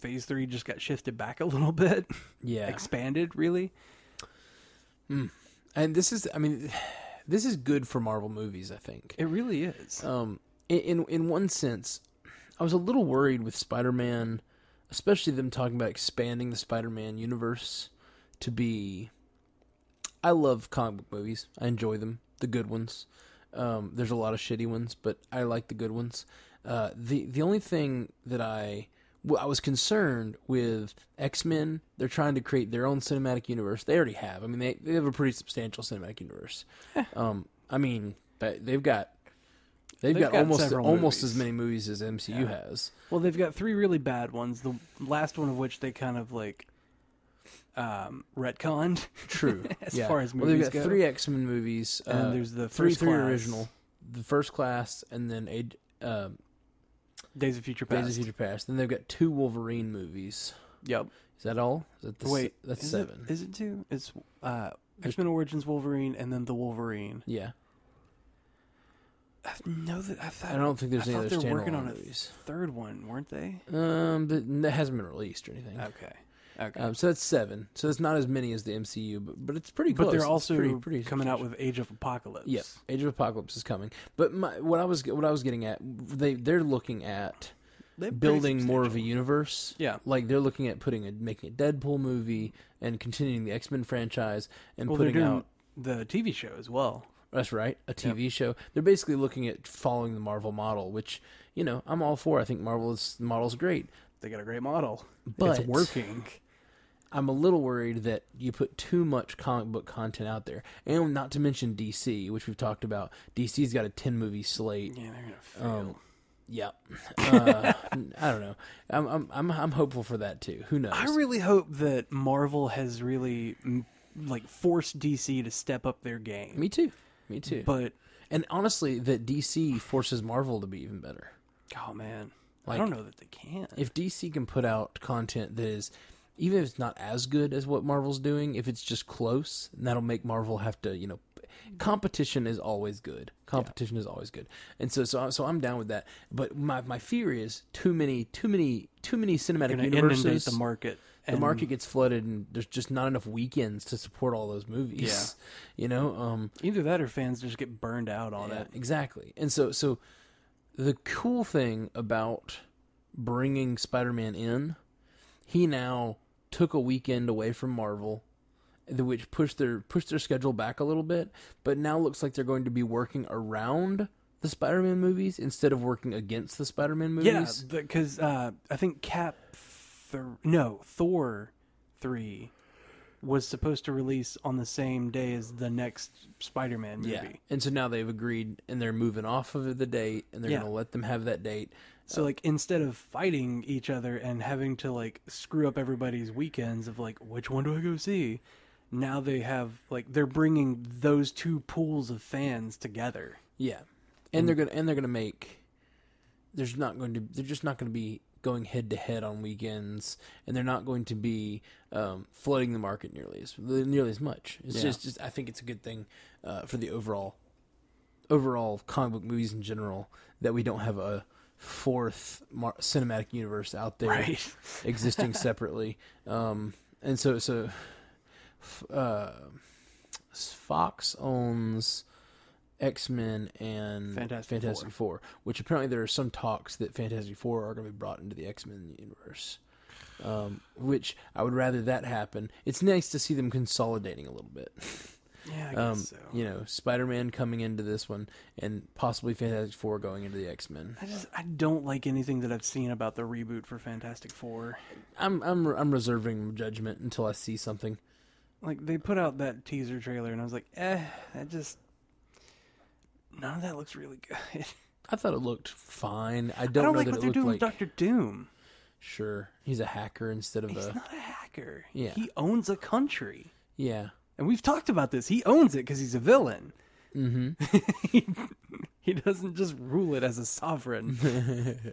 Phase three just got shifted back a little bit,
Yeah.
expanded really.
and this is, I mean, this is good for Marvel movies, I think.
It really is.
um, in, in in one sense, I was a little worried with Spider Man, especially them talking about expanding the Spider Man universe to be. I love comic book movies. I enjoy them, the good ones. Um, there's a lot of shitty ones, but I like the good ones. Uh, the the only thing that I well, I was concerned with X Men. They're trying to create their own cinematic universe. They already have. I mean, they they have a pretty substantial cinematic universe. um, I mean, they- they've got They've,
They've
got,
got
almost
several
almost
movies.
as many movies as MCU
Yeah.
has.
Well, they've got three really bad ones. The last one of which they kind of like um, retconned.
True.
As
yeah.
far as
well, they've
movies
got
go.
three X Men movies.
And
uh,
there's the
three
first
three
class,
original, the first class, and then a uh,
Days of Future Past.
Days of Future Past. Then they've got two Wolverine movies.
Yep.
Is that all? Is that the se-
Wait,
that's
is
seven.
It, is it two? It's uh,
There's-
X Men Origins Wolverine and then the Wolverine.
yeah,
I know that I thought
I don't think there's
I
any
thought
other
they're working
standalone
on a
movies.
third one, weren't they?
Um, but that hasn't been released or anything.
Okay. Okay.
Um, so that's seven. So that's not as many as the MCU, but but it's pretty close.
but they're
It's
also
pretty, pretty
coming
substantial.
out with Age of Apocalypse.
Yes, Age of Apocalypse is coming. But my, what I was what I was getting at, they they're looking at
They're pretty
building more of a
substantial.
universe.
Yeah.
Like they're looking at putting a making a Deadpool movie and continuing the X Men franchise and
Well, they're
putting
doing
out
the TV show as well.
that's right a TV show. They're basically looking at following the Marvel model, which you know I'm all for. I think Marvel is the model's great.
They got a great model.
But-
it's working.
I'm a little worried that you put too much comic book content out there, and not to mention DC, which we've talked about. DC's got a ten movie slate.
Yeah, they're gonna fail.
Um, yeah, uh, I don't know. I'm, I'm I'm I'm hopeful for that too. Who knows?
I really hope that Marvel has really mm, like forced DC to step up their game.
Me too. Me too.
But
and honestly, that DC forces Marvel to be even better.
oh man,
Like-
I don't know that they can.
If DC can put out content that is, even if it's not as good as what Marvel's doing, if it's just close, that'll make Marvel have to, you know, competition is always good. Competition is always good. And so, so, I- so I'm down with that. But my, my fear is too many, too many, too many
they're
cinematic
gonna
universes.
inundate the market.
the market gets flooded and there's just not enough weekends to support all those movies. You know, um
Either that or fans just get burned out on
yeah,
it.
exactly. And so so the cool thing about bringing Spider-Man in, he now took a weekend away from Marvel the- which pushed their pushed their schedule back a little bit, but now looks like they're going to be working around the Spider-Man movies instead of working against the Spider-Man
Yeah,
movies.
because uh, I think Cap, th- no Thor, three, was supposed to release on the same day as the next Spider-Man movie.
And so now they've agreed and they're moving off of the date and they're
Yeah.
going to let them have that date.
So like instead of fighting each other and having to like screw up everybody's weekends of like which one do I go see, now they have like they're bringing those two pools of fans together.
Yeah. And they're going to and they're going to make there's not going to they're just not going to be going head to head on weekends and they're not going to be um, flooding the market nearly as nearly as much. It's
Yeah.
just, just I think it's a good thing uh, for the overall overall comic book movies in general that we don't have a fourth mar- cinematic universe out there existing separately. Um, and so, so f- uh, Fox owns X Men and
Fantastic
Four. which apparently there are some talks that Fantastic Four are going to be brought into the X Men universe. Um, which I would rather that happen. It's nice to see them consolidating a little bit.
Yeah, I guess
Um,
so.
You know, Spider Man coming into this one, and possibly Fantastic Four going into the X Men.
I just I don't like anything that I've seen about the reboot for Fantastic Four.
I'm I'm I'm reserving judgment until I see something.
Like they put out that teaser trailer and I was like, eh, that just none of that looks really good.
I thought it looked fine. I
I
don't,
don't
know
like
that
what
it
they're
looked
doing
like.
with Doctor Doom.
Sure, he's a hacker instead of
He's
a
not a hacker.
uh, Yeah.
He owns a country.
yeah.
And we've talked about this. He owns it because he's a villain.
Mm-hmm.
he, he doesn't just rule it as a sovereign.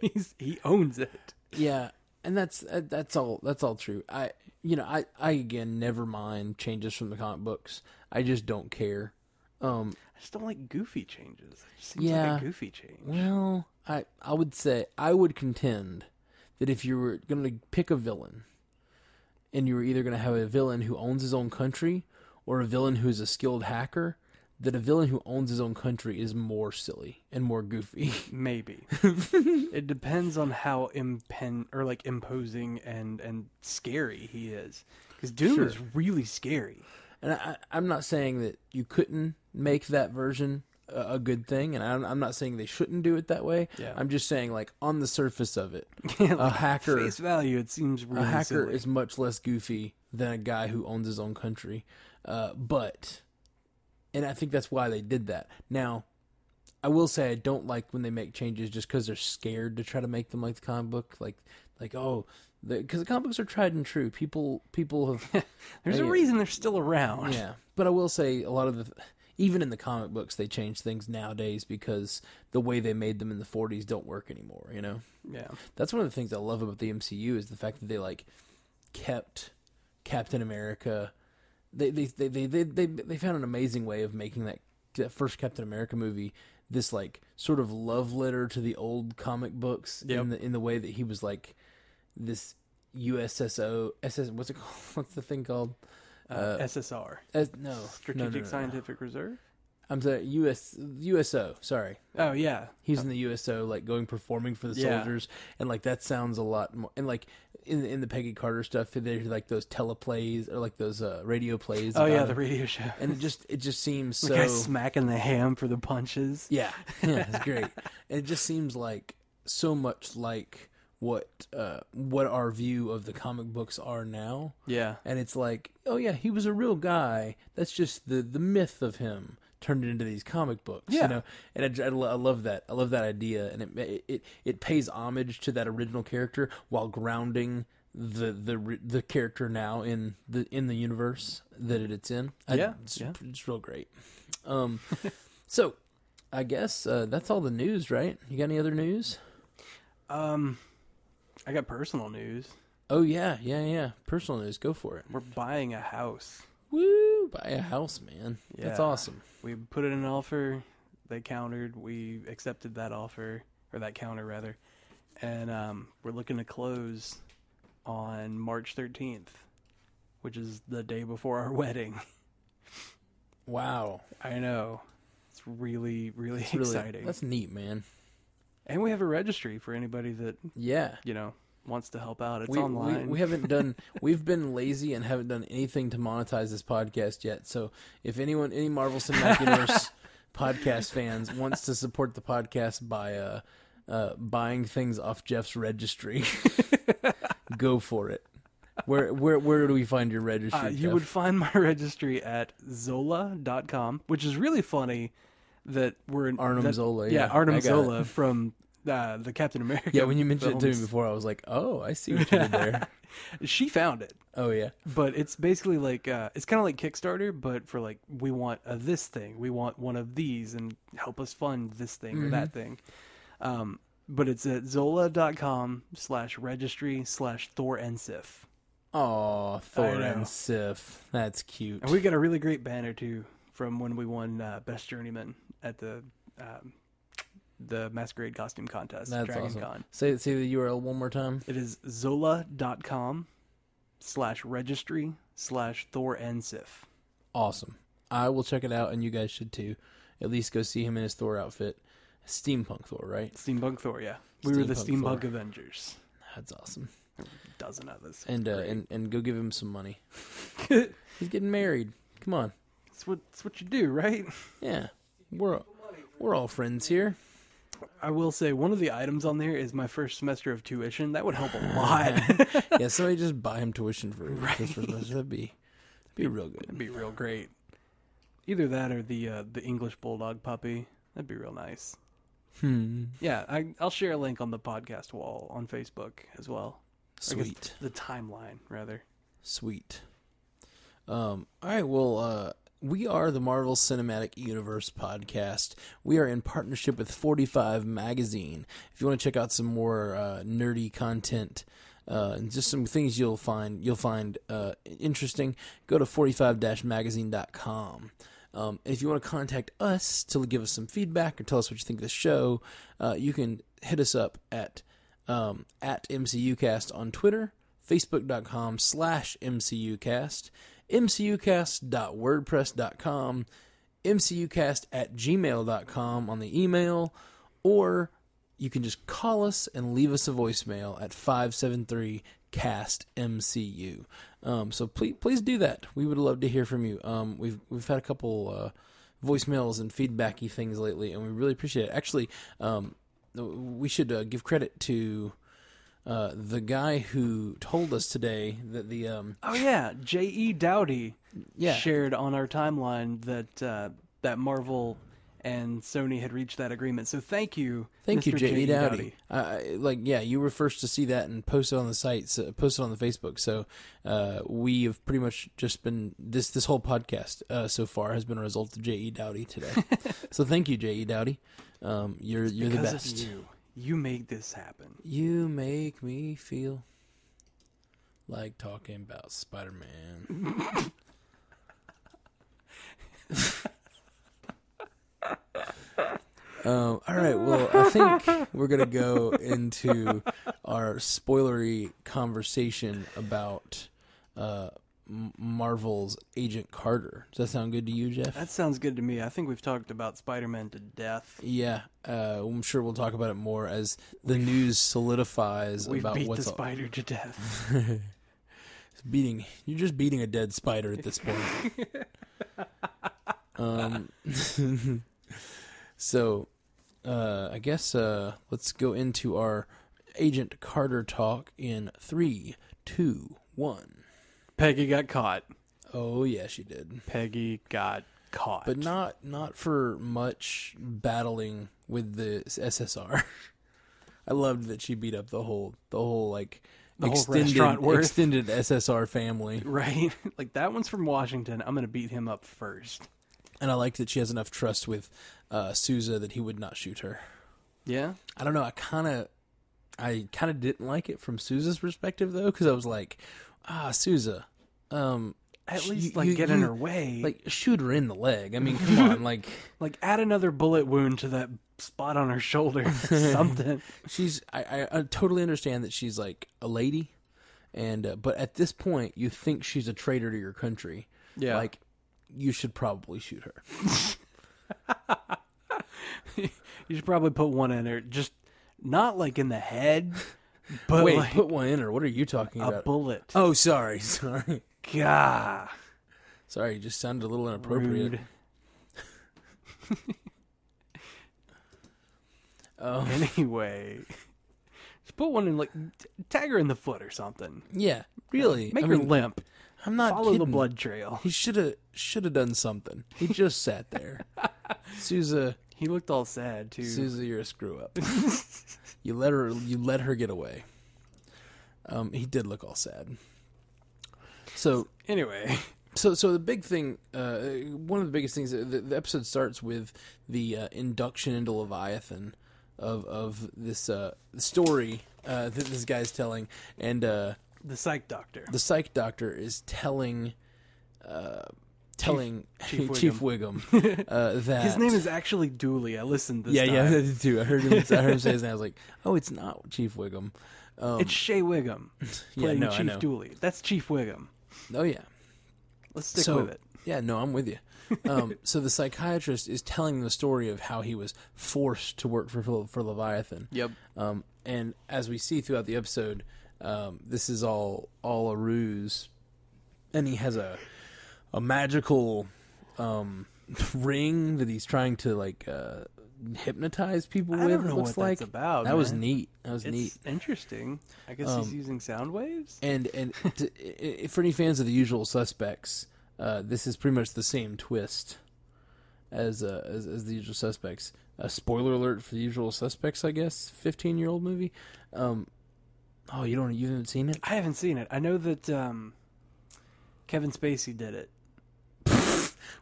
he's, he owns it.
Yeah, and that's uh, that's all that's all true. I you know I I again never mind changes from the comic books. I just don't care. Um.
I just don't like goofy changes. It just seems
Yeah.
like a goofy change.
Well, I I would say I would contend that if you were going to pick a villain, and you were either going to have a villain who owns his own country or a villain who is a skilled hacker, that a villain who owns his own country is more silly and more goofy.
Maybe. it depends on how impen or like imposing and and scary he is. Because Doom
Sure.
is really scary.
And I, I'm not saying that you couldn't make that version a, a good thing, and I'm, I'm not saying they shouldn't do it that way.
Yeah.
I'm just saying, like on the surface of it, a
Yeah, like,
hacker,
face value, it seems really
a hacker
silly.
is much less goofy than a guy who owns his own country. Uh, but, and I think that's why they did that. Now, I will say I don't like when they make changes just because they're scared to try to make them like the comic book, like like oh, because the comic books are tried and true. People people have
There's a
Yeah.
reason they're still around.
yeah, but I will say a lot of the, even in the comic books, they change things nowadays because the way they made them in the '40s don't work anymore. You know,
Yeah.
that's one of the things I love about the MCU is the fact that they like kept Captain America. They they they they they they, they found an amazing way of making that that first Captain America movie this like sort of love letter to the old comic books
Yep.
in the in the way that he was like this USSO SS what's it called what's the thing called
Uh,
Uh,
SSR.
as, no, no, no,
Strategic
no, no.
Scientific Reserve.
I'm sorry, US USO. Sorry,
Oh yeah.
he's in the USO, like going performing for the
Yeah.
soldiers, and like that sounds a lot more. And like in in the Peggy Carter stuff, there's like those teleplays or like those uh, radio plays.
Oh
about
yeah,
him.
the radio show.
and it just it just seems
The
so.
guy smacking the ham for the punches.
Yeah, yeah, it's great. And it just seems like so much like what uh, what our view of the comic books are now.
Yeah.
and it's like, oh yeah, he was a real guy. That's just the the myth of him turned into these comic books,
Yeah.
you know. And I, I, lo- I love that. I love that idea, and it it it pays homage to that original character while grounding the the re- the character now in the in the universe that it- it's in. I-
Yeah,
it's,
yeah.
it's real great. Um, so. I guess uh, that's all the news, right? You got any other news?
Um, I got personal news.
Oh yeah, yeah, yeah. Personal news. Go for it.
We're buying a house.
Woo! Buy a house, man. That's
Yeah.
awesome.
We put in an offer. They countered. We accepted that offer or that counter rather, and um, we're looking to close on March 13th, which is the day before our wedding.
Wow.
I know. It's really, really
Really,
exciting.
That's neat, man.
And we have a registry for anybody that
Yeah.
you know wants to help out. It's
We, we
online.
we haven't done we've been lazy and haven't done anything to monetize this podcast yet. So if anyone any Marvel Cinematic Universe podcast fans wants to support the podcast by uh, uh, buying things off Jeff's registry, go for it. Where where where do we find your registry?
Uh, you
Jeff?
would find my registry at zola.com, which is really funny that we're in
Arnim
that-
Zola,
Yeah,
yeah, I
Arnim
got
Zola from uh, the Captain America.
yeah, when you mentioned it to me
films.
before, I was like, oh, I see what you did there.
she found it.
oh yeah,
But it's basically like uh, it's kind of like Kickstarter, but for like we want a this thing, we want one of these, and help us fund this thing or that
Mm-hmm.
thing. Um, but it's at zola.com slash registry slash Thor and Sif.
oh Thor
know.
and Sif, that's cute.
And we got a really great banner too from when we won uh, Best Journeyman at the um, the Masquerade Costume Contest,
That's
Dragon
awesome.
Con.
Say say the URL one more time.
It is zola.com slash registry slash Thor and Sif.
Awesome. I will check it out, and you guys should too. At least go see him in his Thor outfit, steampunk Thor, right?
Steampunk Thor, yeah. We were the
Steampunk Thor.
Steampunk Avengers.
That's awesome.
Dozen others.
And uh, and and go give him some money. He's getting married. Come on,
That's what that's what you do, right?
yeah. We're we're all friends here.
I will say one of the items on there is my first semester of tuition. That would help a lot.
Yeah, somebody just buy him tuition for his first semester. That'd be that'd be real good.
That'd be real great. Either that or the uh, the English bulldog puppy. That'd be real nice.
Hmm.
Yeah, I, I'll share a link on the podcast wall on Facebook as well. I guess
Sweet,
The timeline, rather.
sweet. Um. All right. Well. Uh. We are the Marvel Cinematic Universe podcast. We are in partnership with 45 Magazine. If you want to check out some more uh, nerdy content uh, and just some things you'll find you'll find uh, interesting, go to 45-magazine.com. Um, and if you want to contact us to give us some feedback or tell us what you think of the show, uh, you can hit us up at um, at MCUcast on Twitter, facebook.com slash MCUcast, MCUcast.wordpress.com, MCUcast at gmail.com on the email, or you can just call us and leave us a voicemail at 573 cast mcu um, so please please do that we would love to hear from you um, we've we've had a couple uh, voicemails and feedbacky things lately and we really appreciate it actually um, we should uh, give credit to uh, the guy who told us today that the um,
Oh yeah, J.E. Dowdy
yeah
shared on our timeline that uh, that Marvel and Sony had reached that agreement. So thank you, E
Thank you,
Mr.
J.E.
J.E.
Dowdy. Uh, like, yeah, you were first to see that and post it on the site, so, post it on the Facebook. So uh, we have pretty much just been this this whole podcast uh, so far has been a result of J.E. Dowdy today. so thank you, J.E. Dowdy. Um, you're you're the
Because
best.
of you, you made this happen.
You make me feel like talking about Spider Man. um, all right, well, I think we're going to go into our spoilery conversation about uh, M- Marvel's Agent Carter. Does that sound good to you, Jeff?
That sounds good to me. I think we've talked about Spider-Man to death.
yeah, uh, I'm sure we'll talk about it more as the news solidifies
We've
about
beat the
what's up.
spider to death.
beating you're just beating a dead spider at this point um so uh i guess uh let's go into our agent carter talk in three two one.
Peggy got caught.
Oh yeah she did
Peggy got caught.
but not not for much battling with the ssr i loved that she beat up the whole the whole like
whole
extended
restaurant worth.
extended ssr family
right. like that one's from Washington. I'm gonna beat him up first.
And I liked that she has enough trust with uh, Souza that he would not shoot her.
Yeah.
I don't know. I kind of, I kind of didn't like it from Souza's perspective though, because I was like, ah, Souza, um,
At
sh-
least
you-
like
you-
get in
you-
her way.
like shoot her in the leg. I mean, come on, like
Like add another bullet wound to that spot on her shoulder. Something.
she's. I, I, I totally understand that she's like a lady, and uh, but at this point, you think she's a traitor to your country.
Yeah.
Like, you should probably shoot her.
you should probably put one in her. Just not like in the head, but
Wait,
like
put one in her. What are you talking
a
about?
bullet.
oh, sorry, sorry.
Gah.
Sorry, you just sounded a little inappropriate.
Rude.
Um,
Anyway. Just put one in like t- tag her in the foot or something.
yeah, really.
Make
I
her
mean,
limp.
I'm not
Follow the
kidding.
blood trail.
He should have should have done something. He just sat there. Souza,
He looked all sad too.
Souza, you're a screw up. you let her you let her get away. Um, he did look all sad. So
Anyway,
So, so the big thing, uh, one of the biggest things, the, the episode starts with the uh, induction into Leviathan of of this uh, story uh, that this guy's telling, and uh,
the psych doctor.
the psych doctor is telling, uh, telling Chief,
Chief
Wiggum, uh, that
His name is actually Dooley. I listened this
yeah,
time.
yeah, I did too. I heard him, I heard him say his name. I was like, oh, it's not Chief Wiggum. Um,
It's Shea Wiggum
yeah,
playing
no, I
Chief
know.
Dooley. That's Chief Wiggum.
Oh yeah.
Let's stick
So-
with it.
Yeah, no, I'm with you. Um, so the psychiatrist is telling the story of how he was forced to work for for Leviathan.
Yep.
Um, and as we see throughout the episode, um, this is all all a ruse, and he has a a magical um, ring that he's trying to like uh, hypnotize people
I
with.
don't
it
know
looks
what
like
that's about.
that was
man.
neat. That was
It's
neat. Um,
interesting. I guess he's using sound waves.
And and to, i- i- for any fans of the usual suspects, uh, this is pretty much the same twist as uh, as, as the usual suspects. A spoiler alert for the usual suspects, I guess. Fifteen year old movie. Um, oh, you don't you haven't seen it?
I haven't seen it. I know that um, Kevin Spacey did it.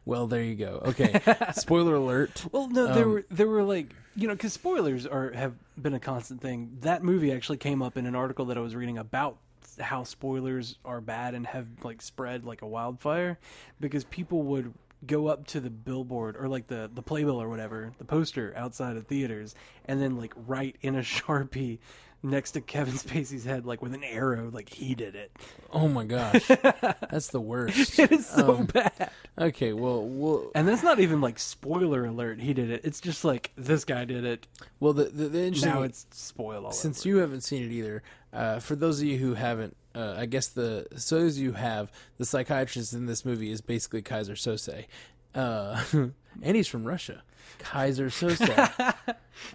Well, there you go. Okay, spoiler alert.
Well, no, there
Um,
were there were like you know because spoilers are have been a constant thing. That movie actually came up in an article that I was reading about how spoilers are bad and have like spread like a wildfire because people would go up to the billboard or like the the playbill or whatever the poster outside of theaters and then like write in a sharpie next to Kevin Spacey's head, like with an arrow, like he did it.
Oh my gosh, that's the worst.
It is so bad.
Okay, well, well,
And that's not even like spoiler alert. He did it. It's just like this guy did it.
well. The the, the interesting
Now it's spoil all
since
over.
you haven't seen it either, uh, for those of you who haven't, uh, I guess the so as you have, the psychiatrist in this movie is basically Kaiser Sose, uh, and he's from Russia. Kaiser Sose,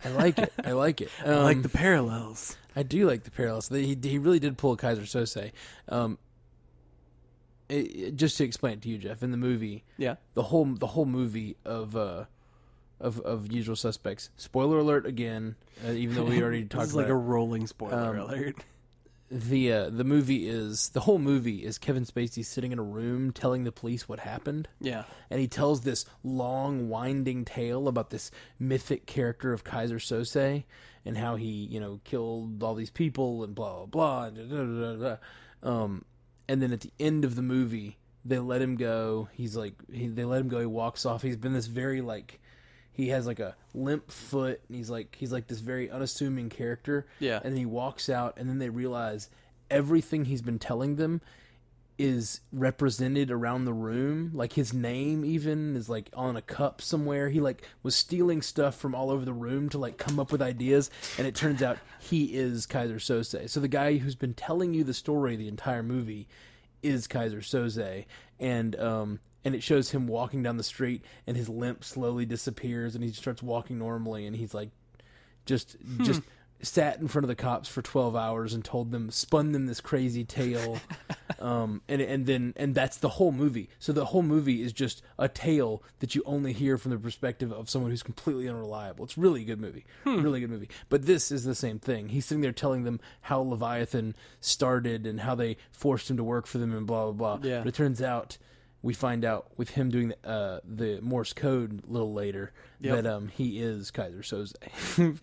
I like it. I like it. Um, I,
like the parallels.
do like the parallels. They- He he really did pull a Kaiser Sose. Um, it, it- just to explain it to you, Jeff, in the movie,
Yeah.
the whole the whole movie of uh of of Usual Suspects. Spoiler alert again, uh, even though we already
This
talked
is
about
like
it
a rolling spoiler
Um,
alert.
the uh, the movie is the whole movie is Kevin Spacey sitting in a room telling the police what happened,
Yeah.
and he tells this long winding tale about this mythic character of Kaiser Sose and how he you know killed all these people and blah blah blah and da, da, da, da, da. um and then at the end of the movie they let him go he's like he, they let him go he walks off he's been this very like he has like a limp foot and he's like he's like this very unassuming character
Yeah.
and then he walks out and then they realize everything he's been telling them is represented around the room like his name even is like on a cup somewhere he like was stealing stuff from all over the room to like come up with ideas and it turns out he is Kaiser Sose so the guy who's been telling you the story the entire movie is Kaiser Soze, and um, and it shows him walking down the street, and his limp slowly disappears, and he starts walking normally, and he's like, just just sat in front of the cops for twelve hours and told them, spun them this crazy tale, um, and and then and that's the whole movie. So the whole movie is just a tale that you only hear from the perspective of someone who's completely unreliable. It's really a good movie, really good movie. But this is the same thing. He's sitting there telling them how Leviathan started and how they forced him to work for them and blah blah blah.
Yeah.
But it turns out we find out with him doing the, uh, the Morse code a little later
Yep.
that um, he is Kaiser Soze.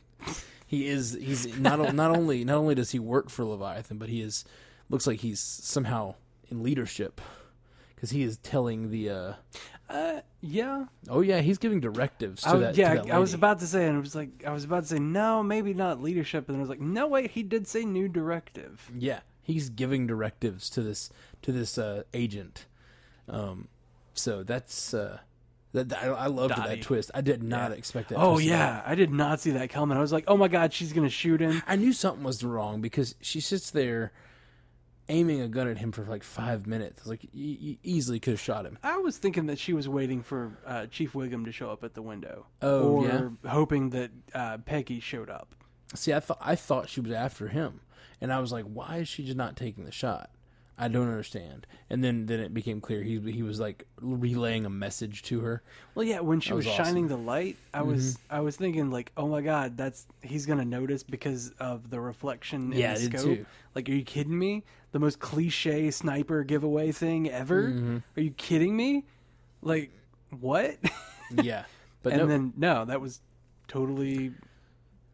he is he's not not only not only does he work for Leviathan, but he is looks like he's somehow in leadership because he is telling the uh,
Uh, yeah.
oh yeah he's giving directives to
I,
that to
Oh, yeah,
that
I was
lady.
about to say, and I was like, I was about to say, no, maybe not leadership, and then I was like, no, wait, he did say new directive.
Yeah, he's giving directives to this to this uh, agent. Um, so that's uh, that, that- I, I loved
Dottie.
that twist. I did not expect that.
Oh
twist at all.
yeah, I did not see that coming. I was like, oh my god, she's gonna shoot him.
I knew something was wrong because she sits there aiming a gun at him for like five minutes. Like you, you easily could have shot him.
I was thinking that she was waiting for uh, Chief Wiggum to show up at the window,
Oh,
or
yeah.
hoping that uh, Peggy showed up.
See, I thought I thought she was after him, and I was like, why is she just not taking the shot? I don't understand. And then then it became clear he he was like relaying a message to her.
Well, yeah, when she
was
was, Mm-hmm. shining the light, I was I was thinking like, oh my god, that's he's gonna notice because of the reflection in
Yeah,
the
I did
scope.
too.
Like, are you kidding me? The most cliche sniper giveaway thing ever. Are you kidding me? Like, what?
Yeah, but
and
no,
then no, that was totally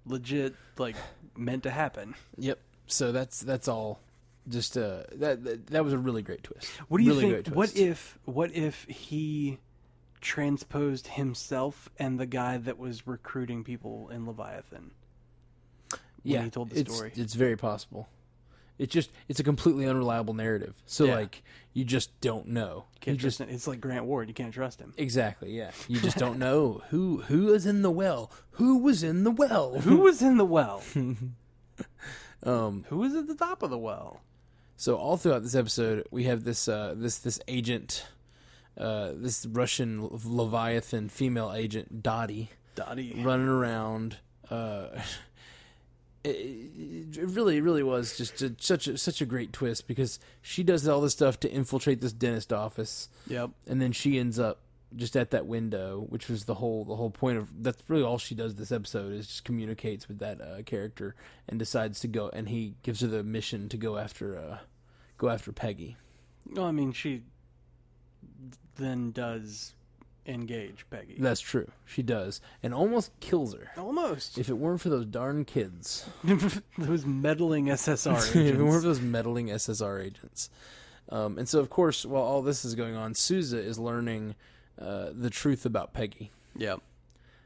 legit. Like, meant to happen.
Yep. So that's that's all. Just uh, that, that that was a really great twist.
What do you
really Great
think? What
twist.
if what if he transposed himself and the guy that was recruiting people in Leviathan?
yeah,
he told the
it's,
story?
It's very possible. It's just it's a completely unreliable narrative. So
Yeah.
like you just don't know.
Can't
you
trust
just
him. It's like Grant Ward. You can't trust him.
exactly yeah. You just don't know who who is in the well. Who was in the well?
Who was in the well?
Um.
Who was at the top of the well?
So all throughout this episode, we have this uh, this this agent, uh, this Russian Leviathan female agent Dottie
Dottie.
running around. Uh, it, it really, it really was just a, such a, such a great twist because she does all this stuff to infiltrate this dentist office,
Yep.
and then she ends up just at that window, which was the whole the whole point of that's really all she does this episode is just communicates with that uh, character and decides to go, and he gives her the mission to go after uh, go after Peggy.
No, I mean she then does engage Peggy.
That's true, she does, and almost kills her.
Almost.
If it weren't for those darn kids.
Those meddling SSR
Even more of
agents.
those meddling SSR agents. Um, and so, of course, while all this is going on, Souza is learning uh, the truth about Peggy.
yep.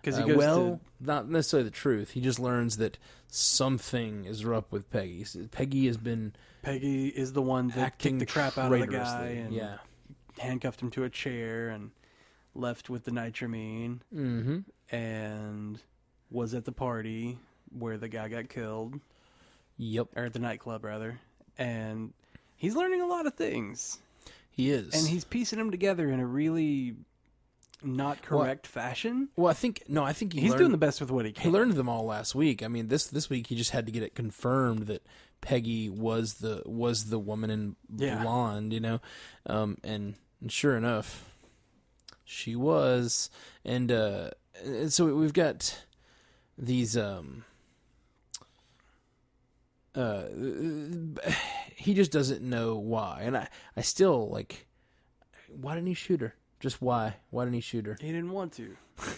because he
Uh,
goes
well,
to
not necessarily the truth. He just learns that something is up with Peggy. S- Peggy has been
Peggy is the one that
acting
kicked the crap out of the guy
traitorously.
and
Yeah.
handcuffed him to a chair and left with the nitramine
Mm-hmm.
and was at the party where the guy got killed
Yep.
or at the nightclub rather and he's learning a lot of things
He is.
and he's piecing them together in a really not
Well,
correct fashion
well, I think no, I think he
he's
learned,
doing the best with what he
he
can
learned them all last week. I mean, this this week he just had to get it confirmed that Peggy was the was the woman in
Yeah.
blonde, you know, um, and, and sure enough, she was. And uh, and so we've got these. Um, uh, he just doesn't know why, and I I still like, why didn't he shoot her? Just why? Why didn't he shoot her?
he didn't want to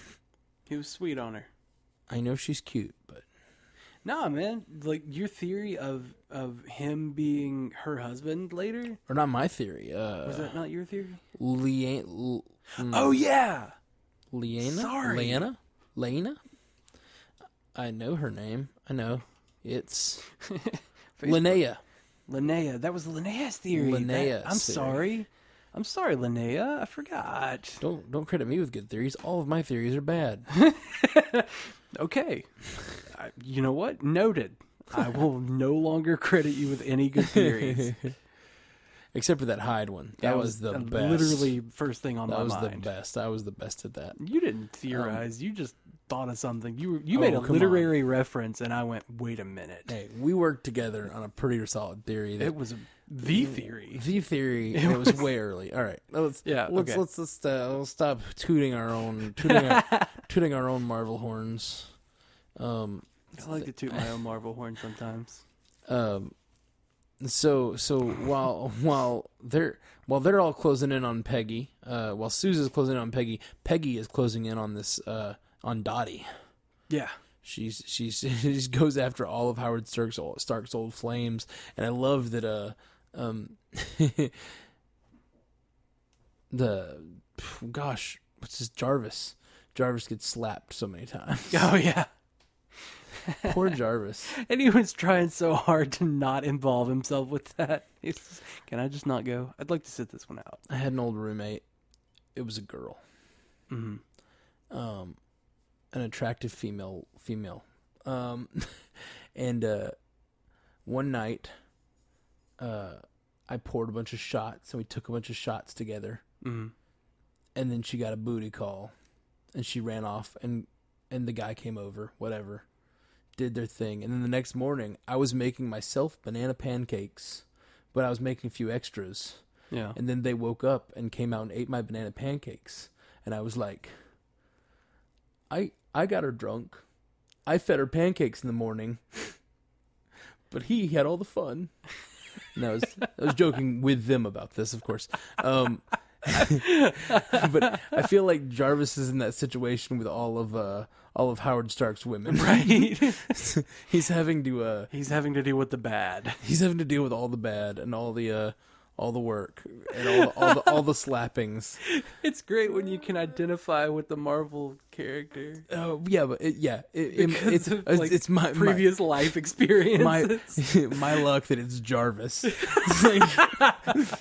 he was sweet on her
I know she's cute, but
nah man like your theory of of him being her husband later
or not my theory. Uh,
was that not your theory
Lia- L- mm,
oh yeah
Liana?
sorry.
Liana? Lena? I know her name. I know. It's Linnea.
Linnea. That was Linnea's theory. That-
Linnea's
I'm
theory.
sorry. I'm sorry, Linnea. I forgot.
Don't don't credit me with good theories. All of my theories are bad.
Okay. I, you know what? Noted. I will no longer credit you with any good theories.
Except for that Hyde one. That, was, the
uh,
best.
Literally first thing on
that
my
was
mind.
the best. I was the best at that.
You didn't theorize. you just thought of something. You were- you made
Oh,
a
come
literary reference, and I went, "Wait a minute."
Hey, we worked together on a pretty solid theory. That
It was the theory.
the theory it was, way early. All right, let's
Yeah,
let's
okay.
let's let's, uh, let's stop tooting our own tooting our, tooting our own Marvel horns. Um,
I like to toot my own Marvel horn sometimes.
um, so so while while they're while they're all closing in on Peggy, uh, while Susan's closing in on Peggy, Peggy is closing in on this uh on Dottie.
Yeah.
She's she's she just goes after all of Howard Stark's old, Stark's old flames, and I love that. Uh, um, the gosh, what's this? Jarvis. Jarvis gets slapped so many times.
Oh yeah.
Poor Jarvis.
And he was trying so hard to not involve himself with that. He's just, Can I just not go? I'd like to sit this one out.
I had an old roommate. It was a girl,
Mm-hmm.
um, an attractive female female, um, and uh, one night, uh, I poured a bunch of shots and we took a bunch of shots together.
Mm-hmm.
and then she got a booty call and she ran off and and the guy came over whatever did their thing and then the next morning i was making myself banana pancakes but i was making a few extras
Yeah.
and then they woke up and came out and ate my banana pancakes and i was like i i got her drunk i fed her pancakes in the morning but he had all the fun and i was i was joking with them about this of course um but i feel like jarvis is in that situation with all of uh all of howard stark's women
Right.
he's having to uh
He's having to deal with the bad.
he's having to deal with all the bad and all the uh all the work and all the, all the all the slappings
It's great when you can identify with the Marvel character.
Oh yeah, but it, yeah, it, it,
Because
it's
of,
it's-
like,
it's my
Previous life experiences.
my my, my luck that it's Jarvis. It's like,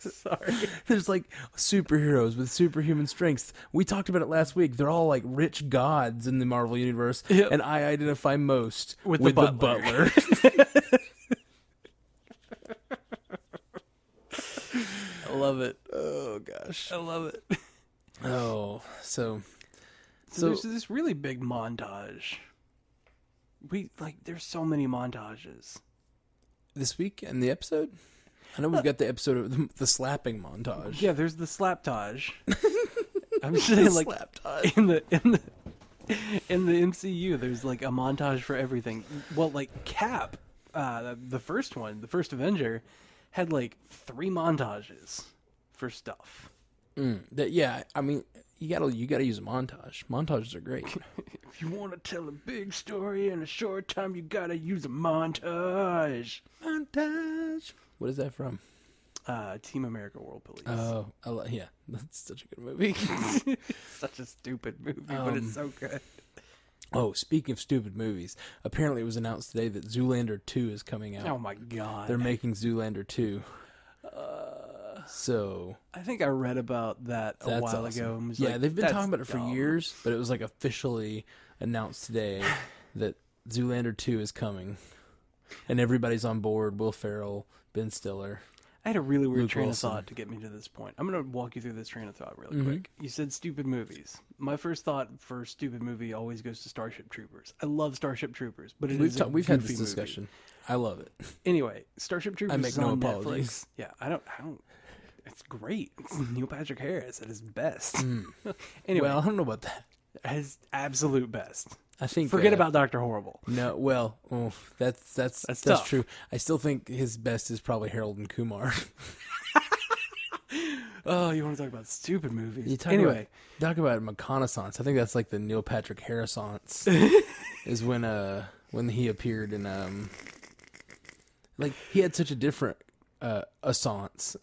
Sorry.
there's like superheroes with superhuman strengths. We talked about it last week. They're all like rich gods in the Marvel universe,
Yep.
and I identify most
With the
butler.
butler. I love it.
oh gosh.
I love it.
Oh, so
So,
So-
there's this really big montage. We like there's so many montages.
this week in the episode, I know
Uh,
we've got the episode of the, the slapping montage.
Yeah, there's the slaptage. I'm saying like
Slaptage.
in the in the in the MCU, there's like a montage for everything. Well, like Cap, uh, the first one, the first Avenger, had like three montages for stuff.
Mm, that, yeah, I mean, you gotta you gotta use a montage. Montages are great.
If you want to tell a big story in a short time, you gotta use a montage.
montage. What is that from?
uh, Team America World Police.
Oh, I li- yeah, that's such a good movie.
Such a stupid movie, but
um,
it's so good.
oh, speaking of stupid movies, apparently it was announced today that Zoolander 2 is coming out.
Oh my god!
They're making Zoolander 2. so
I think I read about that Uh, a
that's
while
awesome.
ago. and was
yeah,
like,
they've been
"That's
talking about it for
dumb."
years, but it was like officially announced today that Zoolander 2 is coming. And everybody's on board. Will Ferrell, Ben Stiller.
I had a really weird
Luke
train
Wilson.
of thought to get me to this point. I'm going to walk you through this train of thought really
Mm-hmm.
quick. You said stupid movies. My first thought for stupid movie always goes to Starship Troopers. I love Starship Troopers, but it
We've,
is
ta-
a
we've had this
goofy movie.
discussion. I love it.
Anyway, Starship Troopers.
make
is
no
on
apologies. Mm-hmm.
Netflix. Yeah, I don't. I don't. It's great. It's Neil Patrick Harris at his best.
Mm.
anyway,
Well, I don't know about that.
his absolute best.
I think uh,
Forget about Doctor Horrible.
No, well, oh, that's that's that's,
That's tough.
true. I still think his best is probably Harold and Kumar.
Oh, you want to talk about stupid movies?
You talk
anyway,
about, talk about reconnaissance. I think that's like the Neil Patrick Harrisance is when uh when he appeared in um like he had such a different uh assance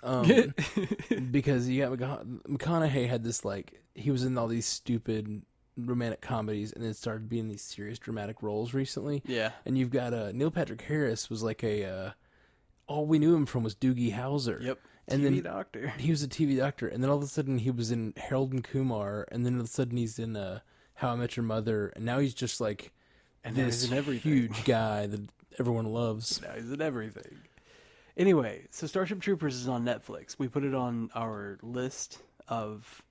um because you got McCona- McConaughey had this like he was in all these stupid romantic comedies and then started being these serious dramatic roles recently.
yeah.
and you've got uh, Neil Patrick Harris was like a uh, all we knew him from was Doogie Howser.
Yep.
And
TV
then
Doctor.
he was a TV doctor, and then all of a sudden he was in Harold and Kumar, and then all of a sudden he's in uh, How I Met Your Mother, and now he's just like
And now
this
he's in everything.
huge guy that everyone loves.
Now he's in everything. Anyway, so Starship Troopers is on Netflix. We put it on our list of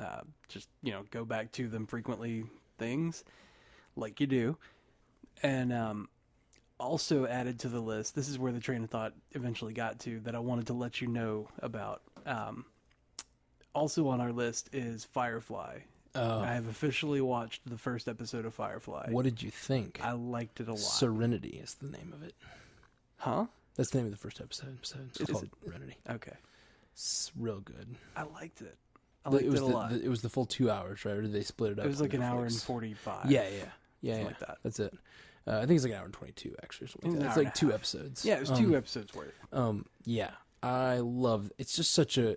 uh, just you know go back to them frequently things, like you do, and um, also added to the list. This is where the train of thought eventually got to that I wanted to let you know about. Um, also on our list is Firefly. I have officially watched the first episode of Firefly.
What did you think?
I liked it a lot.
Serenity is the name of it.
huh?
That's the name of the first episode. So it's
Is
called
it?
Serenity.
Okay.
It's real good.
I liked it. I liked
it
it,
was
a
the,
lot.
the- it was the full two hours, right? Or did they split it up?
it was
on
like an hour
Netflix?
and forty-five.
Yeah, yeah, yeah, yeah.
like that.
That's it. Uh, I think it's like an hour and twenty-two, actually. or Something
It
like
was
that. It's
an hour and
like
a
two episodes.
yeah. It was two episodes worth.
Um, yeah, I love. It's just such a.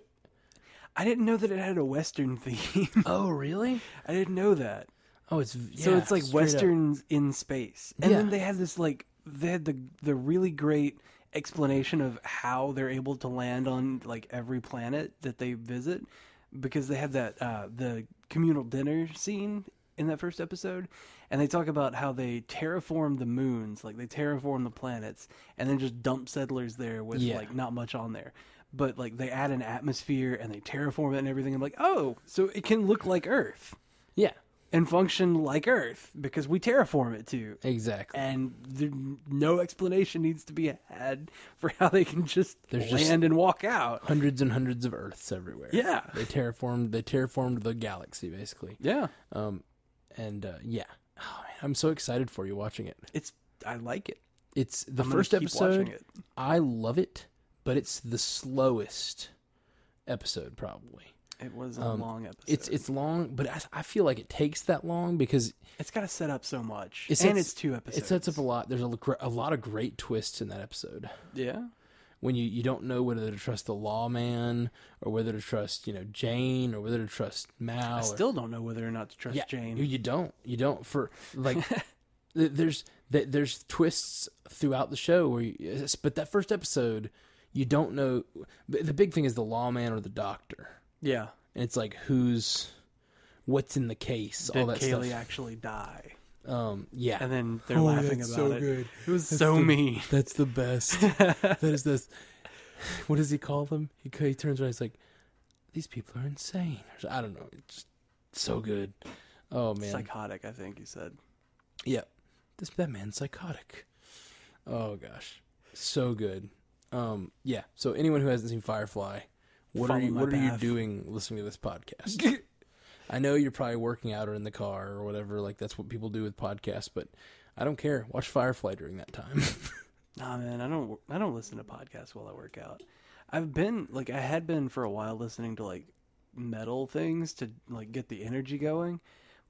I didn't know that it had a western theme.
Oh really?
I didn't know that.
Oh, it's yeah,
so it's like
straight up.
westerns in space, and
Yeah.
then they had this like they had the the really great explanation of how they're able to land on like every planet that they visit because they had that uh, the communal dinner scene in that first episode and they talk about how they terraform the moons like they terraform the planets and then just dump settlers there with
Yeah.
like not much on there but like they add an atmosphere and they terraform it and everything i'm like oh so it can look like earth
Yeah,
and function like Earth because we terraform it too.
exactly.
And there, no explanation needs to be had for how they can just
There's
land
just-
and walk out.
Hundreds and hundreds of Earths everywhere.
Yeah.
they terraformed. They terraformed the galaxy basically.
Yeah.
Um, and uh, yeah, oh, man, I'm so excited for you watching it.
It's I like it.
It's the
I'm gonna
first
keep
episode.
watching it.
I love it, but it's the slowest episode probably.
It was a long episode.
um, It's
It's
it's long, but I, I feel like it takes that long because
it's got to set up so much,
it sets,
and it's two episodes.
It sets up a lot. There's a, gr- a lot of great twists in that episode
yeah.
when you, you don't know whether to trust the lawman or whether to trust you know Jane or whether to trust Mal.
I
or-
still don't know whether or not to trust
yeah,
Jane.
You, you don't. You don't for like. th- there's th- there's twists throughout the show where, you, it's- but that first episode, you don't know. but The big thing is the lawman or the doctor,
yeah.
and it's like who's, what's in the case,
Did
all that
Kaylee
stuff.
actually die?
Um, yeah,
And then they're
Oh,
laughing
that's
about
so
it.
good.
It was
That's
so
the-
mean.
That's the best. that is this. What does he call them? He, he turns around. He's like, "These people are insane." Or so- I don't know. It's just so good. Oh man.
Psychotic, I think he said.
yeah. This that man's psychotic. Oh gosh, so good. Um, yeah. So anyone who hasn't seen Firefly, what
Follow
are you?
my
What are you
path.
doing listening to this podcast? I know you're probably working out or in the car or whatever. Like that's what people do with podcasts, but I don't care. Watch Firefly during that time.
Nah, man, I don't. I don't listen to podcasts while I work out. I've been like, I had been for a while listening to like metal things to like get the energy going,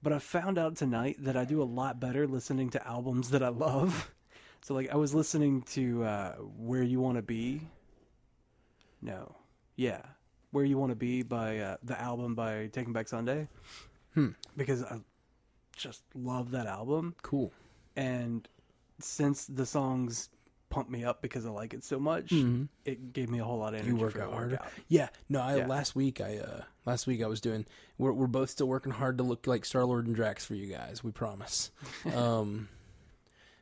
but I found out tonight that I do a lot better listening to albums that I love. So like, I was listening to uh, "Where You Want to Be" No. Yeah. Where You Want to Be by uh, the album by Taking Back Sunday.
Hmm.
Because I just love that album.
Cool.
And since the songs pump me up because I like it so much, it gave me a whole lot of energy.
Mm-hmm. You work
for
out
a
harder.
workout.
Yeah. No, I
Yeah.
last week I uh last week I was doing we're we're both still working hard to look like Star Lord and Drax for you guys, we promise. um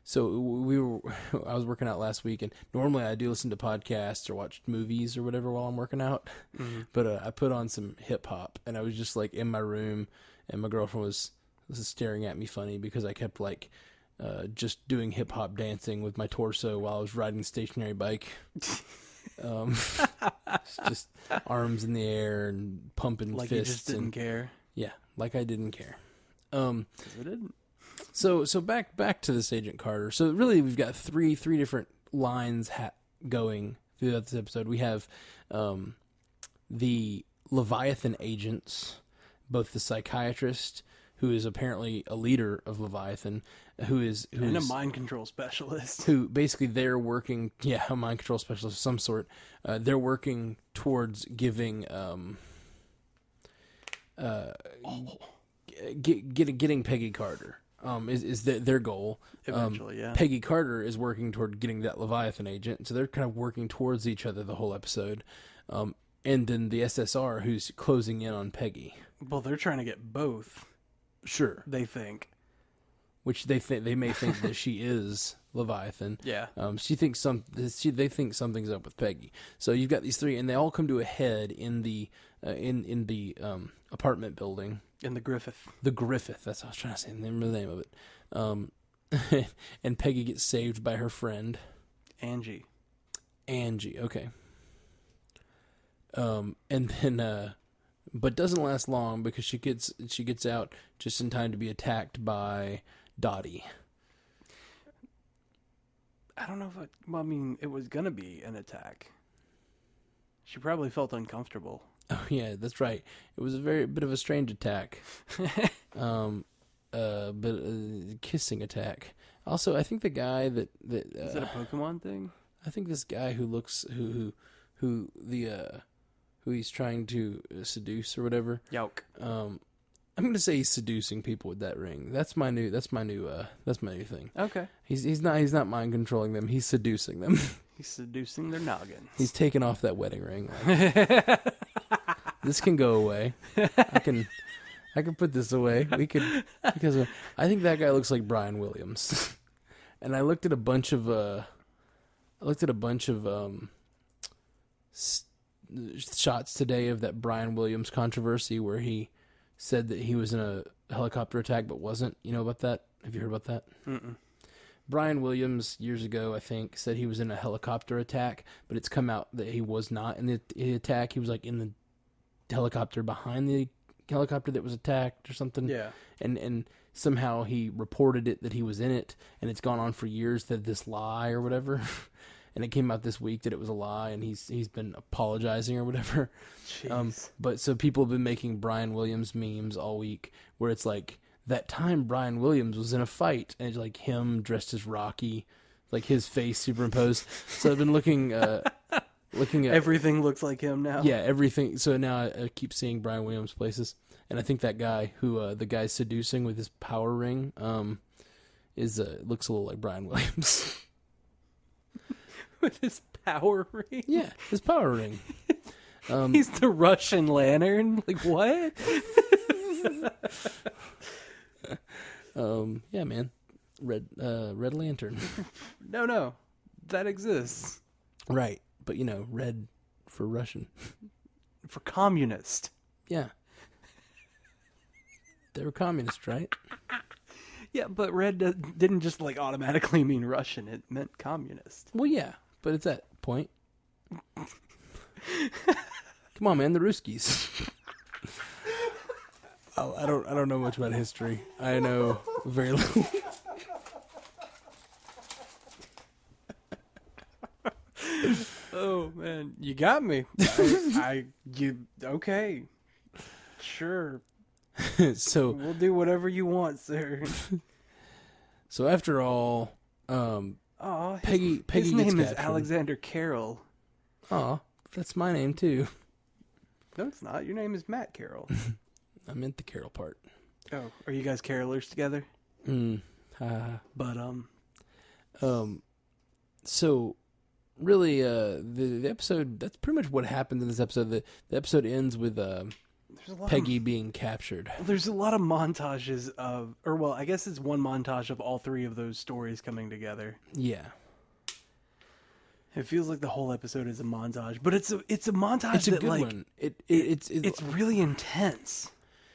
so we were I was working out last week and normally I do listen to podcasts or watch movies or whatever while I'm working out.
Mm-hmm.
But uh, I put on some hip hop and I was just like in my room and my girlfriend was, was staring at me funny because I kept like uh, just doing hip hop dancing with my torso while I was riding a stationary bike. Um, it's just arms in the air and pumping
Like you just
fists
didn't
and
care.
yeah, like I didn't care. Um,
'Cause I didn't.
so so back back to this Agent Carter. So really, we've got three three different lines ha- going throughout this episode. We have um, the Leviathan agents, both the psychiatrist who is apparently a leader of Leviathan, who is who
And a
is-
mind control specialist.
who basically they're working yeah a mind control specialist of some sort uh, they're working towards giving um uh g- get, getting peggy carter um is, is their, their goal Um,
Eventually, yeah.
peggy carter is working toward getting that leviathan agent so they're kind of working towards each other the whole episode um and then the ssr who's closing in on peggy
Well, they're trying to get both,
sure
they think.
which they think they may think that she is leviathan
Yeah.
Um, she thinks some. She, they think something's up with Peggy. So you've got these three, and they all come to a head in the uh, in in the um, apartment building,
In the Griffith.
the Griffith. That's what I was trying to say. I didn't remember the name of it. Um, and Peggy gets saved by her friend
Angie.
Angie. Okay. Um, and then, uh, but doesn't last long because she gets she gets out just in time to be attacked by Dottie.
I don't know if it, well, I mean, it was going to be an attack. She probably felt uncomfortable.
Oh yeah, that's right. It was a very bit of a strange attack. um, uh, but uh, kissing attack. Also, I think the guy that that
Is
uh,
it a Pokemon thing?
I think this guy who looks who who who the uh who he's trying to uh, seduce or whatever.
Yowk.
Um, I'm gonna say he's seducing people with that ring. That's my new. That's my new. Uh, that's my new thing.
Okay.
He's he's not he's not mind controlling them. He's seducing them.
He's seducing their noggins.
he's taking off that wedding ring. this can go away. I can I can put this away. We could because uh, I think that guy looks like Brian Williams. and I looked at a bunch of uh I looked at a bunch of um s- shots today of that Brian Williams controversy where he said that he was in a helicopter attack but wasn't. You know about that? Have you heard about that?
Mm-mm.
Brian Williams years ago, I think, said he was in a helicopter attack, but it's come out that he was not in the, the attack. He was like in the helicopter behind the helicopter that was attacked or something.
Yeah.
And and somehow he reported it that he was in it, and it's gone on for years that this lie or whatever. and it came out this week that it was a lie, and he's he's been apologizing or whatever.
Jeez.
Um, but so people have been making Brian Williams memes all week where it's like that time Brian Williams was in a fight and it's like him dressed as Rocky, like his face superimposed. so I've been looking, uh, looking at
Everything looks like him now.
yeah everything. So now I, I keep seeing Brian Williams places, and I think that guy who uh, the guy seducing with his power ring um, is uh, looks a little like Brian Williams.
With his power ring.
yeah, his power ring. Um,
He's the Russian lantern. Like, what?
um, yeah, man, red uh, Red Lantern.
no, no. That exists.
Right. But you know, red for Russian.
For communist.
Yeah. they were communist, right?
Yeah, but red do- didn't just like automatically mean Russian. It meant communist.
Well, yeah, but it's that point. Come on, man, the Ruskies. oh, I don't, I don't know much about history. I know very little.
Oh man, you got me. I, I you okay? Sure,
so,
we'll do whatever you want, sir.
so after all, um,
Oh,
Peggy, Peggy
his
gets
name is
captured.
Alexander Carroll.
Aw, That's my name too.
No, it's not. Your name is Matt Carroll.
I meant the Carol part.
oh, are you guys carolers together?
Mm. Uh,
But um,
um, so really, uh, the, the episode that's pretty much what happens in this episode. The, the episode ends with uh,
there's a lot.
Peggy being captured.
Of, there's a lot of montages of, or well, I guess it's one montage of all three of those stories coming together.
Yeah,
It feels like the whole episode is a montage, but it's a it's a montage
it's a
that
good
like
one. It, it it's it's,
it's really intense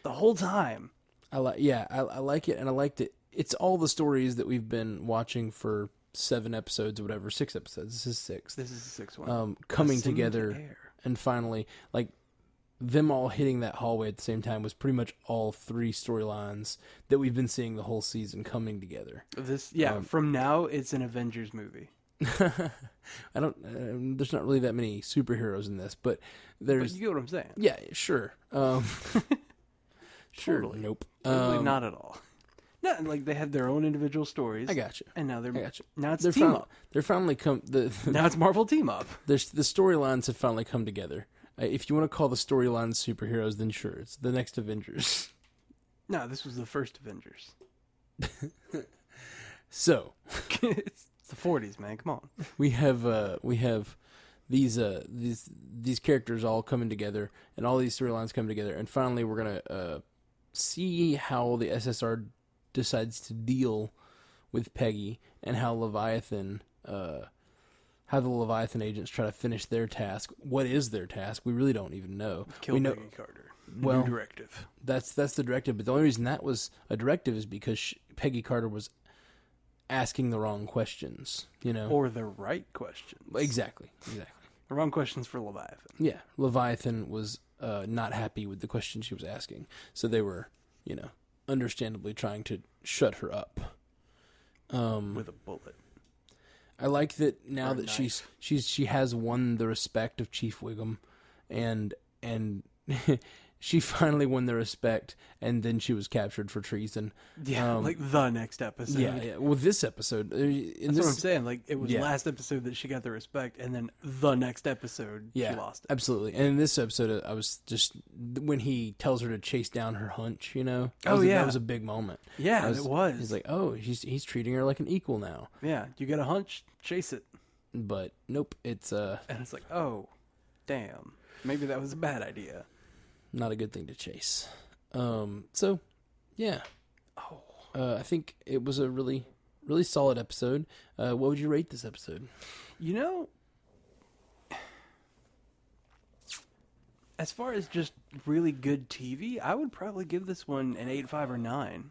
the whole time.
I like yeah I, I like it and I liked it. It's all the stories that we've been watching for seven episodes or whatever, six episodes. This is sixth.
This is the sixth one.
um, coming
Ascend to
together
air.
and finally like them all hitting that hallway at the same time was pretty much all three storylines that we've been seeing the whole season coming together.
This yeah.
um,
from now, it's an Avengers movie.
I don't. Um, there's not really that many superheroes in this, but
But
there's.
you get what I'm saying?
yeah, sure. Um, sure.
Totally.
Nope.
Totally
Um,
not at all. No, like they had their own individual stories.
I got you.
And now they're
I got you.
now it's
They're
team
finally.
up.
They're finally come. The
Now it's Marvel team up.
there's the storylines have finally come together. Uh, if you want to call the storylines superheroes, then sure, it's the next Avengers.
No, this was the first Avengers.
So
it's the 40s, man. Come on.
we have uh we have these uh these these characters all coming together and all these storylines coming together and finally we're gonna uh see how the SSR decides to deal with Peggy and how Leviathan uh how the Leviathan agents try to finish their task. What is their task? We really don't even know.
Kill
we know
Peggy Carter.
Well-
New directive.
that's that's the directive. But the only reason that was a directive is because sh Peggy Carter was asking the wrong questions. You know
Or the right questions.
exactly exactly.
The wrong questions for Leviathan.
Yeah, Leviathan was uh, not happy with the question she was asking, so they were, you know, understandably trying to shut her up. Um,
With a bullet.
I like that now
Or a
that she's she's she has won the respect of Chief Wiggum, and and she finally won the respect, and then she was captured for treason.
Yeah,
Um,
like the next episode.
yeah, yeah. Well, this episode, uh, in
That's what I'm
this,
saying. Like it was
Yeah.
last episode that she got the respect, and then the next episode
yeah,
she lost it.
absolutely. And in this episode, I was just when he tells her to chase down her hunch. You know, That
Oh,
was a-
yeah.
that was a big moment.
Yeah,
I
and
was-
it was.
He's like, oh, he's he's treating her like an equal now.
yeah, you get a hunch, chase it,
But nope, it's uh
and it's like, oh, damn, maybe that was a bad idea.
not a good thing to chase. Um, so yeah,
Oh,
uh, I think it was a really really solid episode. Uh, what would you rate this episode?
you know, as far as just really good TV, I would probably give this one an eight, five, or nine.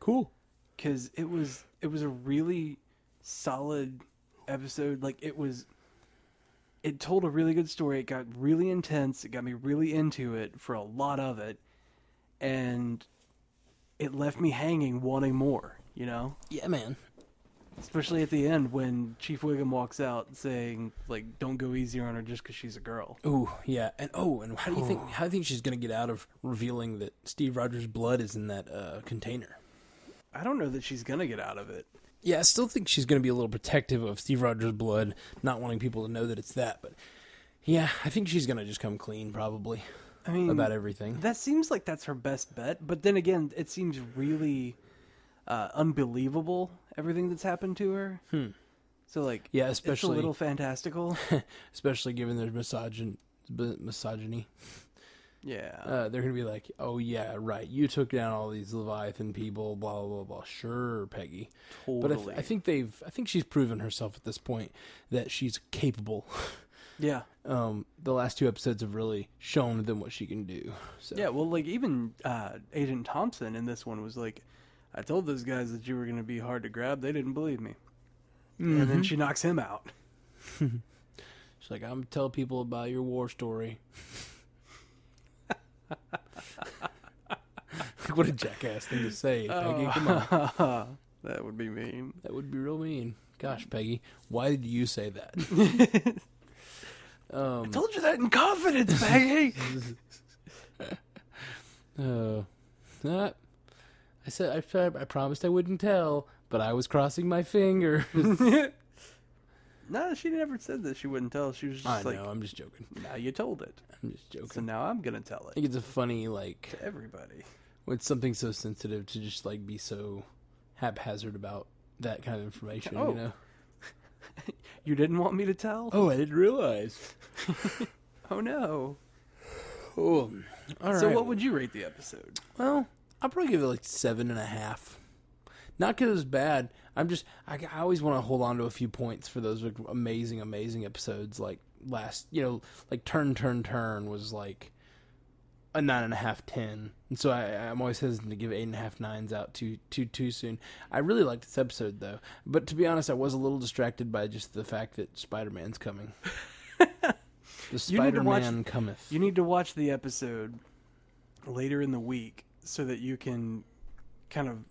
Cool.
because it was it was a really solid episode. Like it was, it told a really good story. It got really intense. It got me really into it for a lot of it, and it left me hanging, wanting more. You know,
Yeah, man.
especially at the end when Chief Wiggum walks out saying like, "Don't go easier on her just because she's a girl."
Ooh, yeah, and oh, and how do you think how do you think she's gonna get out of revealing that Steve Rogers' blood is in that uh, container?
I don't know that she's gonna get out of it.
Yeah, I still think she's going to be a little protective of Steve Rogers' blood, not wanting people to know that it's that. But yeah, I think she's going to just come clean probably
I mean,
about everything.
That seems like that's her best bet, but then again, it seems really uh, unbelievable everything that's happened to her. So like,
Hmm. Yeah,
it's a
especially
little fantastical.
especially given their misogyn b- misogyny.
yeah,
Uh, they're gonna be like, "Oh yeah, right. You took down all these Leviathan people. Blah blah blah. blah. Sure, Peggy. But I, th- I think they've. I think she's proven herself at this point that she's capable.
yeah,
um, the last two episodes have really shown them what she can do. So
yeah. Well, like even uh, Agent Thompson in this one was like, "I told those guys that you were going to be hard to grab. They didn't believe me." And
Mm-hmm.
then she knocks him out.
she's like, "I'm gonna tell people about your war story." what a jackass thing to say, Peggy. Come on.
that would be mean.
That would be real mean. Gosh, Peggy, why did you say that? Oh,
I told you that in confidence, Peggy.
Uh, nah, I said I, tried- I promised I wouldn't tell, but I was crossing my fingers.
No, she never said that she wouldn't tell. She was just
I
like,
know. I'm just joking.
now you told it.
I'm just
So
joking.
now I'm going to tell
I
it
think it's a funny like
to everybody.
with something so sensitive to just like be so haphazard about that kind of information.
Oh.
You know.
You didn't want me to tell?
Oh, I didn't realize.
Oh, no.
Oh, all right.
so what would you rate the episode?
Well, I'll probably give it like seven and a half. Not because it was bad. I'm just I, I always want to hold on to a few points for those like, amazing, amazing episodes. Like last, you know, like turn, turn, turn was like a nine and a half, ten. And so I, I'm always hesitant to give eight and a half nines out too too too soon. I really liked this episode though, but to be honest, I was a little distracted by just the fact that Spider Man's coming. the
You need to
Spider
watch-
Man cometh.
You need to watch the episode later in the week so that you can kind of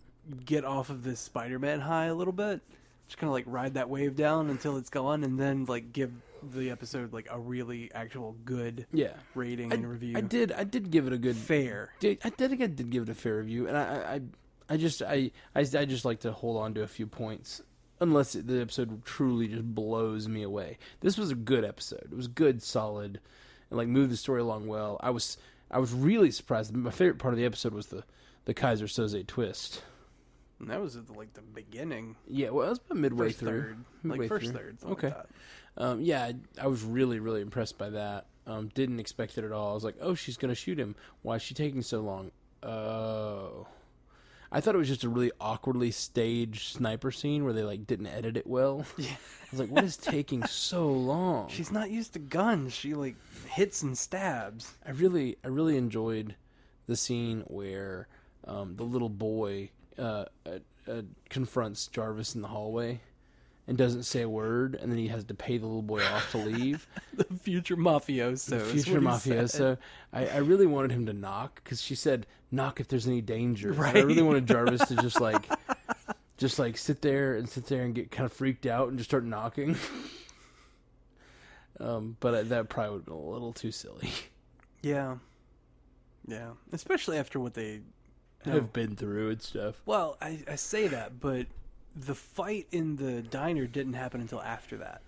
get off of this Spider-Man high a little bit. Just kind of like ride that wave down until it's gone, and then like give the episode like a really actual good
yeah,
rating
I,
and review.
I did. I did give it a good
Fair.
Dude, I did think I did give it a fair review, and I, I, I- I just, I, I, I just like to hold on to a few points, unless it, the episode truly just blows me away. This was a good episode. It was good, solid, and like moved the story along well. I was, I was really surprised. My favorite part of the episode was the, the Kaiser Soze twist.
And that was at the, like the beginning,
Yeah, well, it was about midway
first
through.
third, like
Midway
first
through.
third. something
Okay.
like that.
Um, yeah, I, I was really, really impressed by that. Um, didn't expect it at all. I was like, oh, she's going to shoot him. Why is she taking so long? Oh. I thought it was just a really awkwardly staged sniper scene where they like didn't edit it well.
Yeah.
I was like, what is taking so long?
She's not used to guns. She like hits and stabs.
I really, I really enjoyed the scene where um, the little boy uh, uh, uh, confronts Jarvis in the hallway and doesn't say a word, and then he has to pay the little boy off to leave.
The future mafioso.
the future mafioso. I, I really wanted him to knock because she said knock if there's any danger. And I
Right.
really wanted Jarvis to just like, just like sit there and sit there and get kind of freaked out and just start knocking. um, but I, that probably would have been a little too silly.
Yeah. Yeah. Especially after what they. No.
I've been through and stuff.
Well, I, I say that, but the fight in the diner didn't happen until after that.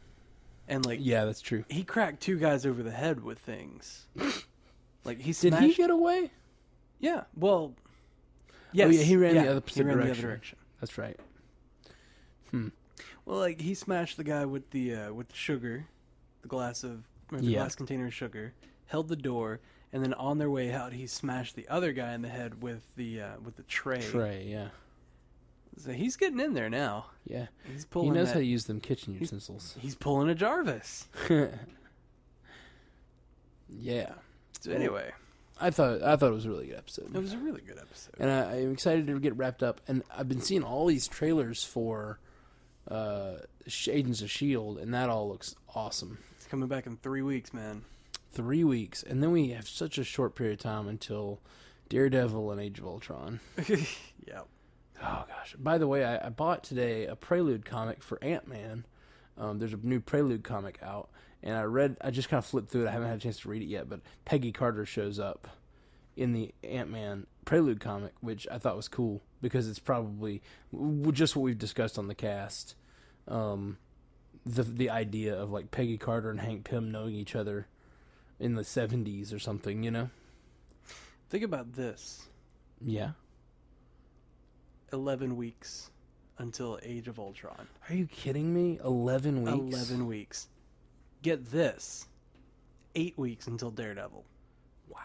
And, like,
Yeah, that's true.
he cracked two guys over the head with things. like, he
Did
smashed.
he get away?
Yeah. Well. Yes.
yeah, he ran the other
he ran the other
direction.
direction.
That's right.
Well, like he smashed the guy with the uh, with the sugar, the glass of or the
Yeah.
glass container of sugar, held the door, and then on their way out, he smashed the other guy in the head with the uh, with the tray.
Trey, yeah,
So he's getting in there now.
yeah.
He's
He
pulling.
knows
that-
how to use them kitchen utensils.
he's pulling a Jarvis.
yeah,
So anyway,
I thought I thought it was a really good episode.
it was a really good episode.
and I, I'm excited to get wrapped up. And I've been seeing all these trailers for uh, Sh- Agents of Shield, E and that all looks awesome.
It's coming back in three weeks, man.
Three weeks, and then we have such a short period of time until Daredevil and Age of Ultron.
yeah.
Oh gosh! By the way, I, I bought today a Prelude comic for Ant Man. Um, there's a new Prelude comic out, and I read. I just kind of flipped through it. I haven't had a chance to read it yet, but Peggy Carter shows up in the Ant Man Prelude comic, which I thought was cool because it's probably w- just what we've discussed on the cast. Um, the the idea of like Peggy Carter and Hank Pym knowing each other in the '70s or something, you know?
Think about this:
Yeah.
eleven weeks until Age of Ultron.
Are you kidding me? Eleven weeks.
11 weeks. Get this. 8 weeks until Daredevil.
Wow.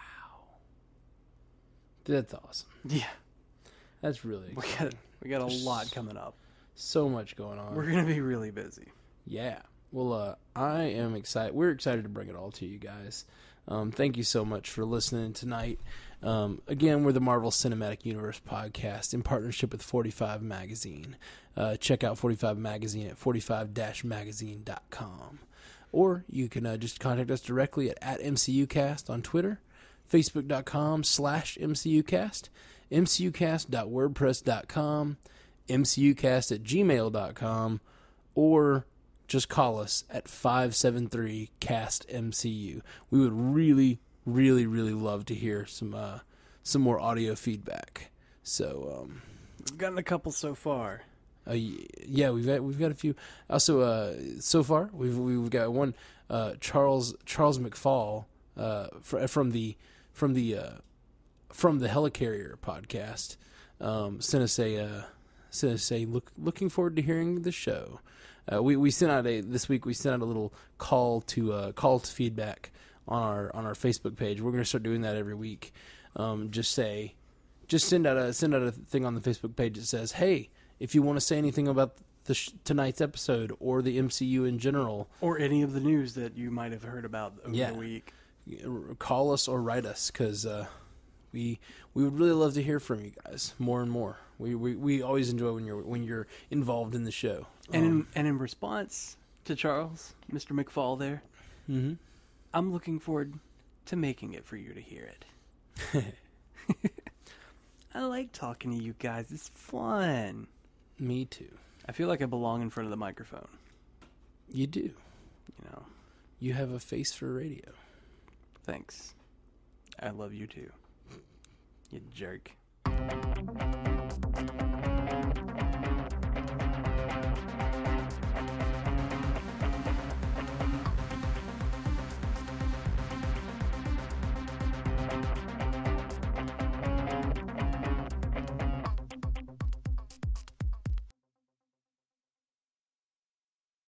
That's awesome.
Yeah.
That's really
We got we got a lot coming up.
so much going on.
We're going to be really busy.
Yeah. Well, uh, I am excited. We're excited to bring it all to you guys. Um, thank you so much for listening tonight. Um, again, we're the Marvel Cinematic Universe podcast in partnership with 45 Magazine. Uh, check out 45 Magazine at 45 magazine.com. Or you can uh, just contact us directly at, at MCUcast on Twitter, facebook.com slash MCUcast, MCUcast.wordpress.com, MCUcast at gmail.com, or just call us at 573 cast mcu we would really really really love to hear some uh some more audio feedback so um
We've gotten a couple so far.
Uh, y- yeah, we've got we've got a few. Also, uh, so far we've we've got one uh, Charles Charles McFall uh, fr- from the from the uh, from the Helicarrier podcast um, sent us a uh, sent us a look looking forward to hearing the show. Uh, we we sent out a this week we sent out a little call to uh, call to feedback on our on our Facebook page. We're going to start doing that every week. Um, just say just send out a send out a thing on the Facebook page that says, "Hey, if you want to say anything about the sh- tonight's episode or the MCU in general,
or any of the news that you might have heard about over
Yeah.
the week.
r- call us or write us because uh, we we would really love to hear from you guys more and more. We we, we always enjoy when you're when you're involved in the show.
And in, and in response to Charles, Mr. McFall, there, Mm-hmm.
hmm
I'm looking forward to making it for you to hear it. I like talking to you guys. It's fun.
Me too.
I feel like I belong in front of the microphone.
You do.
You know,
You have a face for radio.
thanks. I love you too. You jerk.